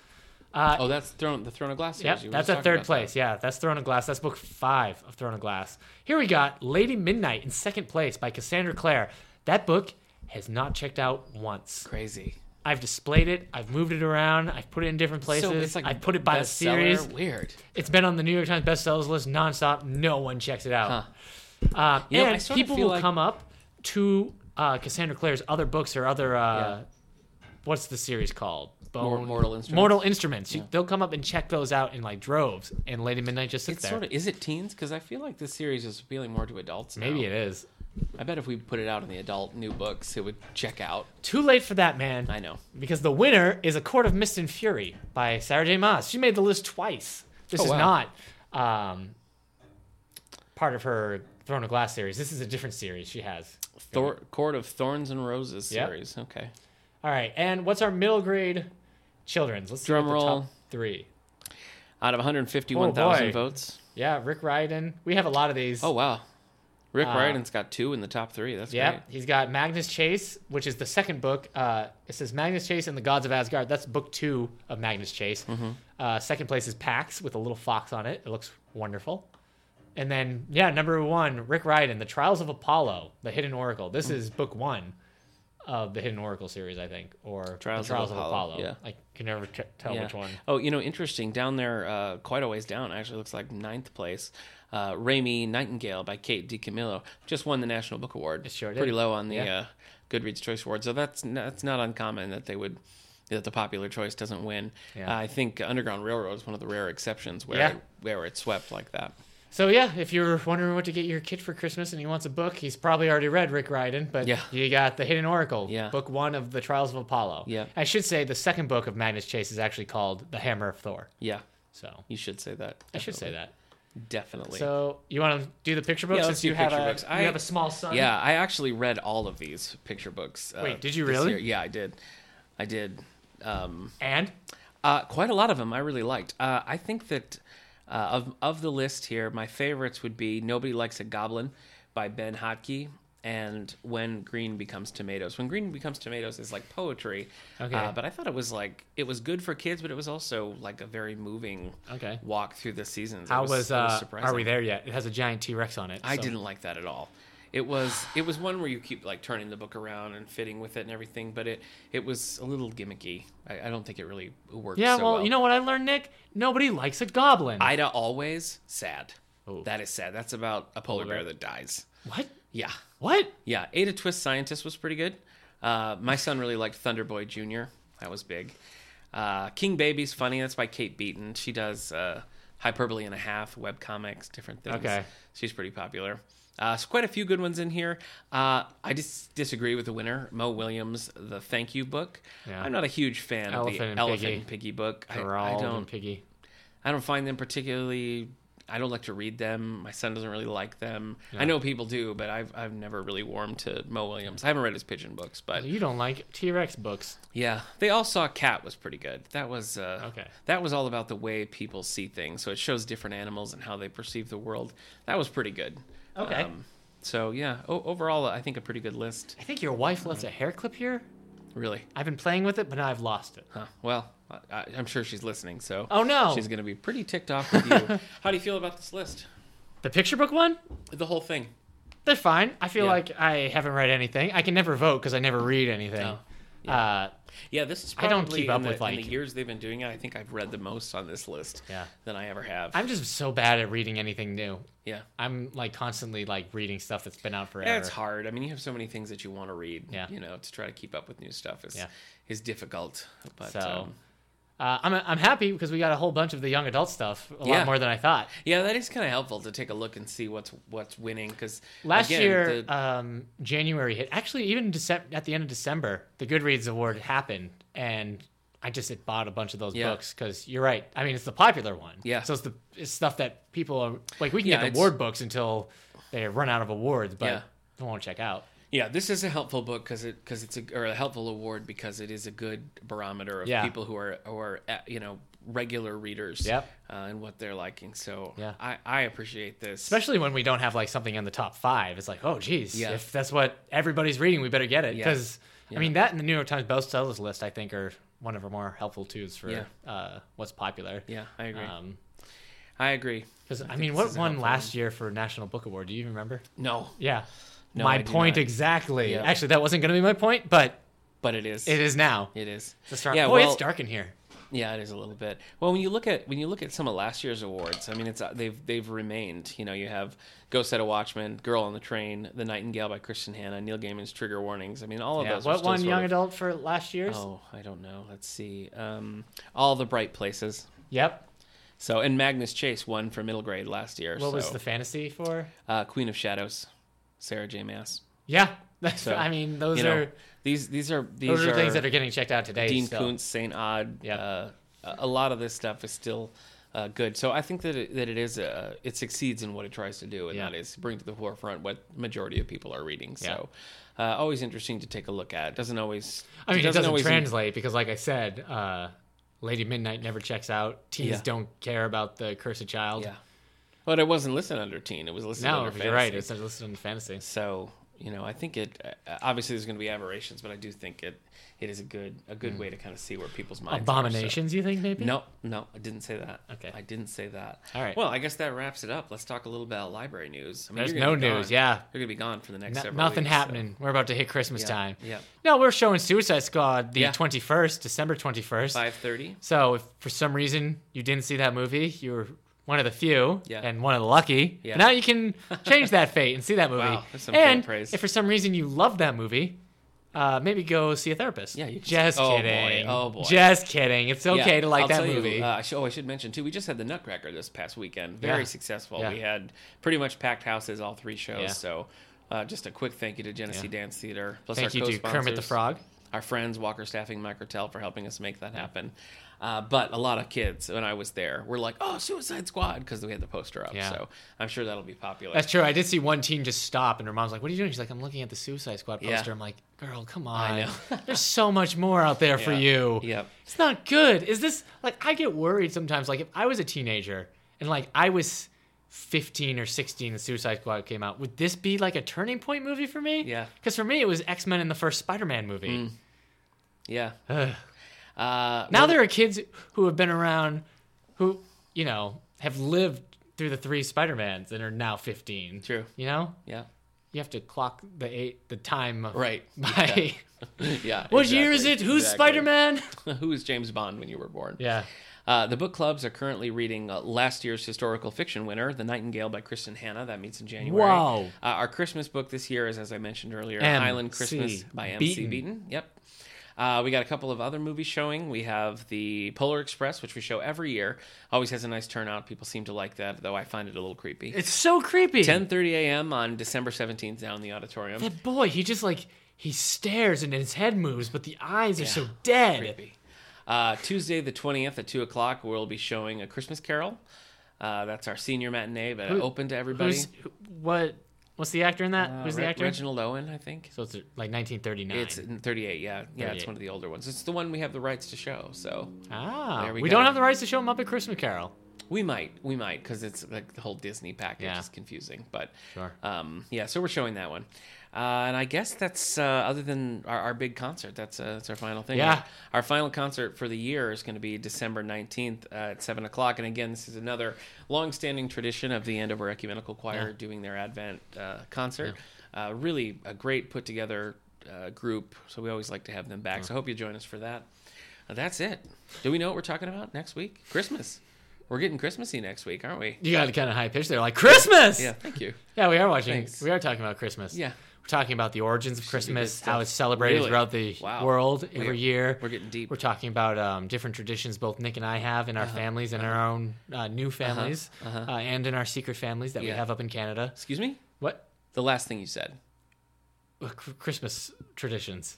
Oh, that's Throne the Throne of Glass. series.
Uh, Yep,
You were
that's
just
at
talking
third
about
place. Yeah, that's Throne of Glass. That's book five of Throne of Glass. Here we got Lady Midnight in second place by Cassandra Clare. That book has not checked out once.
that. Crazy.
I've displayed it. I've moved it around. I've put it in different places. I put it by the
bestseller?
series.
Weird.
It's been on the New York Times bestsellers list nonstop. No one checks it out. Um,
You know, I
and
sort of
people
feel
will
like-
come up to uh, Cassandra Clare's other books or other. Uh,
Yeah.
What's the series called?
Mor-
Bone-
Mortal Instruments.
Oh, Mortal Instruments. You- They'll come up and check those out in like droves. And Lady Midnight just sits
It's
there.
sort of is it teens? Because I feel like this series is appealing more to adults. Now.
Maybe it is.
I bet if we put it out in the adult new books, it would check out.
Too late for that, man.
I know.
Because the winner is A Court of Mist and Fury by Sarah J. Maas. She made the list twice. This
Oh,
is
wow.
not um, part of her Throne of Glass series. This is a different series she has.
Thor- Court of Thorns and Roses
Yep.
series. Okay.
All right. And what's our middle grade children's? Let's see what
Drum
the
roll.
top three.
Out of
Oh,
151,000
boy.
votes.
Yeah, Rick Ryden. We have a lot of these.
Oh wow. Rick
Uh,
Ryden's got two in the top three. That's
Yeah,
great.
he's got Magnus Chase, which is the second book. Uh, it says Magnus Chase and the Gods of Asgard. That's book two of Magnus Chase.
Mm-hmm.
Uh, second place is Pax with a little fox on it. It looks wonderful. And then, yeah, number one, Rick Ryden, The Trials of Apollo, The Hidden Oracle.
Mm.
This is book one of the Hidden Oracle series, I think, or The
Trials of Apollo, yeah.
I can never t- tell
Yeah.
which one.
Oh, you know, interesting. Down there, uh, quite a ways down, actually looks like ninth place. Uh, Raimi Nightingale by Kate DiCamillo just won the National Book Award.
It sure did.
Pretty low on the
Yeah.
uh, Goodreads Choice Award, so that's n- that's not uncommon that they would that the popular choice doesn't win.
Yeah.
Uh, I think Underground Railroad is one of the rare exceptions where
Yeah.
it, where it swept like that.
So yeah, if you're wondering what to get your kid for Christmas and he wants a book, he's probably already read Rick Ryden, but
Yeah.
you got The Hidden Oracle,
Yeah.
book one of the Trials of Apollo.
Yeah.
I should say the second book of Magnus Chase is actually called The Hammer of Thor.
Yeah,
So
you should say that.
I should say that.
that definitely.
So you want to do the picture book
Yeah, let's
since
do
you have
picture
a
books.
you
I-
have a small son.
Yeah, I actually read all of these picture books. Uh,
um, Wait, did you
this
really?
year. Yeah, I did. I did. Um,
And
Uh, quite a lot of them I really liked. Uh, I think that uh, of of the list here, my favorites would be "Nobody Likes a Goblin" by Ben Hotke and "When Green Becomes Tomatoes." "When Green Becomes Tomatoes" is like poetry,
Okay.
uh, but I thought it was like it was good for kids, but it was also like a very moving
Okay.
walk through the seasons. It
how was,
it
uh
surprising.
Are We There Yet? It has a giant T Rex on it.
I
so-
didn't like that at all. It was it was one where you keep like turning the book around and fitting with it and everything, but it it was a little gimmicky. I, I don't think it really worked.
Yeah,
so
well,
well
you know what I learned, Nick? Nobody likes a goblin.
Ida always sad.
Oh.
That is sad. That's about a polar bear that dies.
What?
Yeah,
What?
yeah. Ada Twist Scientist was pretty good. Uh, my son really liked Thunderboy Junior. That was big. Uh, King Baby's funny. That's by Kate Beaton. She does uh, hyperbole and a half, web comics, different things.
Okay.
she's pretty popular. Uh, so quite a few good ones in here. Uh, I just disagree with the winner, Mo Williams, the Thank You book.
Yeah.
I'm not a huge fan
Elephant
of the
and
Elephant
Piggy.
and Piggy book. I, I
Gerald
don't
and Piggy.
I don't find them particularly. I don't like to read them. My son doesn't really like them. I know people do, but I've I've never really warmed to Mo Williams. I haven't read his Pigeon books, but
You don't like T Rex books.
yeah, they all saw Cat was pretty good. That was uh,
Okay.
That was all about the way people see things. So it shows different animals and how they perceive the world. That was pretty good. Um,
Okay.
so yeah, o- overall, I think a pretty good list.
I think your wife left a hair clip here.
Really.
I've been playing with it, but now I've lost it.
Huh. Well, I- I, I'm sure she's listening. So
Oh, no.
she's gonna be pretty ticked off with you. how do you feel about this list?
The picture book one?
The whole thing.
They're fine. I feel
Yeah.
like I haven't read anything. I can never vote because I never read anything.
Oh,
Uh,
Yeah, this is
I
probably
don't keep up
in the,
with,
in
like-
the years they've been doing it. I think I've read the most on this list
Yeah.
than I ever have.
I'm just so bad at reading anything new.
yeah.
I'm like constantly like reading stuff that's been out forever.
Yeah, it's hard. I mean, you have so many things that you want to read.
Yeah.
You know, to try to keep up with new stuff is
Yeah.
is difficult. But
So,
um,
uh, I'm I'm happy because we got a whole bunch of the young adult stuff. A
Yeah.
lot more than I thought.
yeah, that is kind of helpful to take a look and see what's what's winning because
Last
again,
year,
the-
um, January hit. Actually, even December, at the end of December, the Goodreads Award happened, and I just had bought a bunch of those
Yeah.
books because you're right. I mean, it's the popular one.
Yeah.
So it's the it's stuff that people are like. We can
Yeah,
get
it's-
award books until they run out of awards, but
Yeah.
they won't check out.
Yeah, this is a helpful book because it because it's a or a helpful award because it is a good barometer of
Yeah.
people who are who are uh, you know regular readers
Yep.
uh, and what they're liking. So
Yeah.
I I appreciate this.
Especially when we don't have like something in the top five. It's like, oh, geez,
Yeah.
if that's what everybody's reading, we better get it.
Yeah.
Because
Yeah.
I mean, that and the New York Times bestsellers list, I think, are one of our more helpful tools for
Yeah.
uh, what's popular.
yeah, I agree.
Um,
I agree.
because I,
think
mean,
this
what
is a
won
helpful
last year for National Book Award? Do you remember?
No,
Yeah.
No, I
my
do
point
not.
exactly.
Yeah.
Actually, that wasn't going to be my point, but
but it is.
it is now.
It is.
It's a start.
Yeah,
Boy,
well-
it's dark in here.
Yeah, it is a little bit. Well, when you look at when you look at some of last year's awards, I mean, it's uh, they've they've remained. You know, you have Ghost at a Watchman, Girl on the Train, The Nightingale by Christian Hanna, Neil Gaiman's Trigger Warnings. I mean, all of
Yeah.
those. are
What
still
one
sort
young
of-
adult for last year's?
Oh, I don't know. Let's see. Um, all the bright places.
Yep.
So, and Magnus Chase won for middle grade last year.
What
so,
was the fantasy for?
uh, Queen of Shadows, Sarah J. Mass.
Yeah. That's,
So,
I mean, those
You
are
know, these these are these
those are, things that are getting checked out today.
Dean
still.
Kuntz, Saint Odd.
Yeah.
Uh, a a lot of this stuff is still uh, good. So I think that it, that it is uh it succeeds in what it tries to do, and
Yeah.
that is bring to the forefront what majority of people are reading. So uh, always interesting to take a look at. Doesn't always.
I mean, it doesn't,
always
translate because, like I said, uh, Lady Midnight never checks out. Teens
Yeah.
don't care about the cursed child.
Yeah. But it wasn't listed under teen. It was listed
No,
under
you're
fantasy.
right. It's listed in fantasy.
So you know, I think it. Uh, obviously, there's going to be aberrations, but I do think it. It is a good a
Hmm.
good way to kind of see where people's minds. Are,
Abominations, you think
so.
maybe?
No, no, I didn't say that.
Okay.
I didn't say that.
All right.
Well, I guess that wraps it up. Let's talk a little bit about library news. I mean,
There's
you're gonna
no
be gone.
news, yeah.
you're going to be gone for the next
No-
several.
nothing
weeks, so-
happening. We're about to hit Christmas
Yeah,
time.
yeah.
No, we're showing Suicide Squad the
Yeah.
21st, December 21st.
Five thirty.
So if for some reason you didn't see that movie, you were one of the few
Yeah.
and one of the lucky.
Yeah.
Now you can change that fate and see that movie.
Wow, that's some
and
faint praise.
if for some reason you love that movie, uh, maybe go see a therapist.
Yeah, you can-
just
oh, boy.
kidding.
Oh, boy.
Just kidding. It's okay to like
I'll
that
tell you,
movie.
uh, I should- oh, I should mention too. We just had the Nutcracker this past weekend. Very
Yeah.
successful.
Yeah.
We had pretty much packed houses all three shows.
Yeah.
So, uh, just a quick thank you to Genesee Dance Theater. Plus
Thank
our
you to Kermit the
co-sponsors,
Frog.
Our friends Walker Staffing, Microtel for helping us make that happen. Uh, but a lot of kids when I was there were like, "Oh, Suicide Squad," because we had the poster up.
Yeah.
So I'm sure that'll be popular.
That's true. I did see one teen just stop, and her mom's like, "What are you doing?" She's like, "I'm looking at the Suicide Squad
Yeah.
poster." I'm like, "Girl, come on.
know.
There's so much more out there for
Yeah.
you.
Yep.
It's not good. Is this like I get worried sometimes? Like if I was a teenager and like I was 15 or 16, the Suicide Squad came out, would this be like a turning point movie for me?
Yeah. Mm.
Because for me, it was X Men and the first Spider-Man movie.
yeah. Uh,
Now there are kids who have been around, who you know have lived through the three Spider-Mans and are now 15.
True.
You know.
yeah.
You have to clock the eight, the time.
Right.
By
Yeah.
what
exactly,
year is it? Who's
exactly.
Spider Man?
Who is James Bond when you were born?
Yeah.
Uh, the book clubs are currently reading uh, last year's historical fiction winner, The Nightingale by Kristen Hanna. That meets in January.
Wow.
Uh, our Christmas book this year is, as I mentioned earlier,
M.C.
Highland Christmas by M.C.
Beaton.
Beaton. Yep. Uh, we got a couple of other movies showing. We have the Polar Express, which we show every year. Always has a nice turnout. People seem to like that, though I find it a little creepy.
It's so creepy.
10:30 a.m. on December 17th down in the auditorium.
That boy, he just like, he stares and his head moves, but the eyes are so dead.
creepy. Uh, Tuesday the 20th at 2 o'clock, we'll be showing A Christmas Carol. Uh, that's our senior matinee, but open to everybody.
Who's, who- what, what's the actor in that?
Uh,
Who's the
Re-
actor?
Reginald Owen, I think.
so it's like 1939.
It's in 38, yeah. Yeah, it's
38.
one of the older ones. It's the one we have the rights to show, so
ah,
there we
we,
go.
don't have the rights to show him up at Christmas Carol.
we might, we might, because it's like the whole Disney package
Yeah.
is confusing, but
Sure.
um, yeah, so we're showing that one. Uh, and I guess that's uh, other than our, our big concert, that's uh, that's our final thing.
Yeah.
Our final concert for the year is going to be December 19th uh, at 7 o'clock. And again, this is another long-standing tradition of the Andover Ecumenical Choir doing their Advent uh, concert. Uh, really a great put together uh, group. So we always like to have them back. So I hope you join us for that. Uh, that's it. Do we know what we're talking about next week? Christmas. We're getting Christmassy next week, aren't we?
You got to kind of high pitch there, like Christmas.
Yeah, thank you.
Yeah, we are watching.
Thanks.
We are talking about Christmas.
Yeah.
We're talking about the origins of Christmas,
good
how
stuff.
it's celebrated
Really?
throughout the
Wow.
world
We
every
are-
year.
we're getting deep.
We're talking about um, different traditions both Nick and I have in our
Uh-huh.
families and our own uh, new families uh, and in our secret families that we
Yeah.
have up in Canada.
Excuse me?
What
The last thing you said.
uh, Cr- Christmas traditions?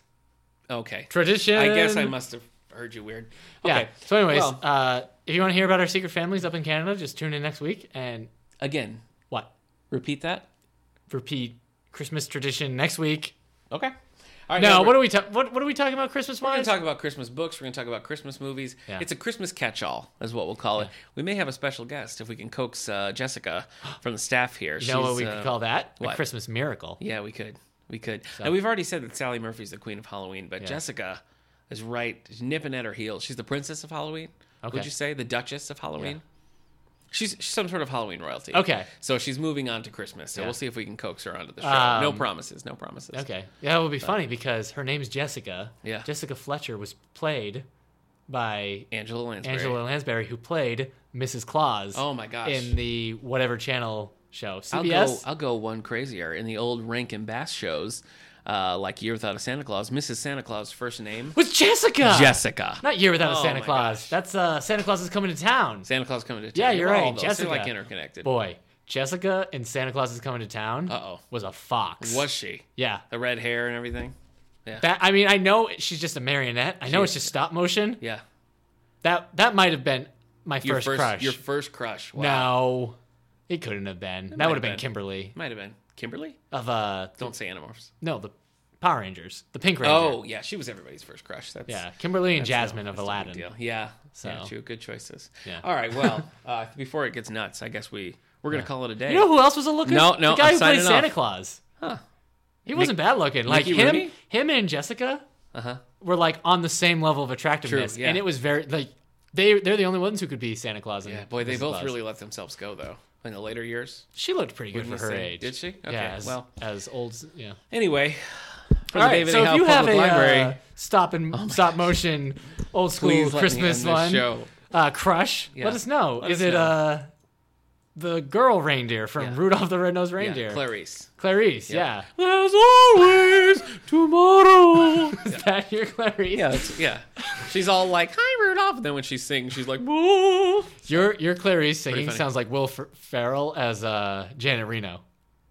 Okay.
Tradition.
I guess I must have heard you weird.
Yeah.
Okay.
So, anyways,
Well-
uh, if you want to hear about our secret families up in Canada, just tune in next week and
Again,
what?
repeat that.
Repeat Christmas tradition next week.
Okay. All right.
No,
now we're-
what are we ta- what What are we talking about Christmas
We're going
wise?
to talk about Christmas books. We're going to talk about Christmas movies.
Yeah.
It's a Christmas catch-all, is what we'll call it. We may have a special guest if we can coax uh, Jessica from the staff here.
you know what we
uh,
could call that?
what?
A Christmas miracle.
Yeah, we could. We could. And we've already said that Sally Murphy's the queen of Halloween, but Jessica is right she's nipping at her heels. She's the princess of Halloween. Would
Okay.
you say the Duchess of Halloween? She's, she's some sort of Halloween royalty.
Okay.
So she's moving on to Christmas. So
Yeah.
we'll see if we can coax her onto the show. no
Um,
promises. No promises.
Okay. Yeah, it would be funny because her name's Jessica.
Yeah.
Jessica Fletcher was played by
Angela Lansbury.
Angela Lansbury, who played Mrs. Claus.
Oh my gosh.
In the whatever channel show,
I'll
CBS.
go. I'll go one crazier. In the old Rankin Bass shows, uh, like Year Without a Santa Claus, Mrs. Santa Claus' first name
was Jessica.
Jessica.
Not year without a
Oh
Santa
my
Claus. That's uh, Santa Claus is coming to town.
Santa Claus coming to town.
Yeah, you're
All
right,
those, they're,
Jessica.
like interconnected.
Boy, Jessica and Santa Claus is coming to town.
Uh-oh.
Was a fox.
Was she
Yeah.
the red hair and everything?
That I mean, I know she's just a marionette. I know it's just stop motion.
Yeah.
That that might have been my
Your
first, crush.
Your first crush. Wow.
No, it couldn't have been. that
might
would have
have
been
been.
Kimberly
Might have been Kimberly.
of uh
Don't say Animorphs.
no the Power Rangers, the Pink Ranger.
Oh yeah, she was everybody's first crush. That's
yeah, Kimberly and
that's no-
Jasmine of
that's no big
Aladdin.
deal. Yeah.
So-
yeah, true. Good choices.
Yeah.
All right. Well, uh, before it gets nuts, I guess we we're gonna call it a day.
You know who else was a looker?
No, no,
the guy
I'm
who played
signing
Santa
off.
Claus. He wasn't bad looking. Like
Mickey
him,
Rooney?
him and Jessica
Uh-huh.
were like on the same level of attractiveness,
yeah.
and it was very like they they're the only ones who could be Santa Claus. And
Yeah, boy, they
Mrs.
both
Claus.
really let themselves go though in the later years.
She looked pretty good for her
Wouldn't you say?
age.
Did she? Okay.
yeah. As,
Well,
as old. as- Yeah.
anyway, for
All
the
right.
David
So
A.
if
Howe
you have
Public
a
Library, Oh
uh, stop and stop motion old school
please let me
Christmas
end this
one
show.
Uh, crush,
Yeah.
let us know.
Let
Is
us
it
know.
uh the girl reindeer from
Yeah.
Rudolph the Red-Nosed
yeah,
Reindeer?
Clarice.
Clarice. Yeah.
As always, tomorrow.
Is that your Clarice?
yeah, it's- yeah. She's all like, "Hi, Rudolph." And then when she sings, she's like, "Woo!"
Your your Clarice singing
funny.
sounds like Will Fer- Ferrell as uh, Janet Reno.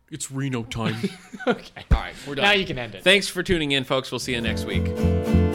It's Reno time.
Okay.
all right, we're done.
Now you can end it.
Thanks for tuning in, folks. We'll see you next week.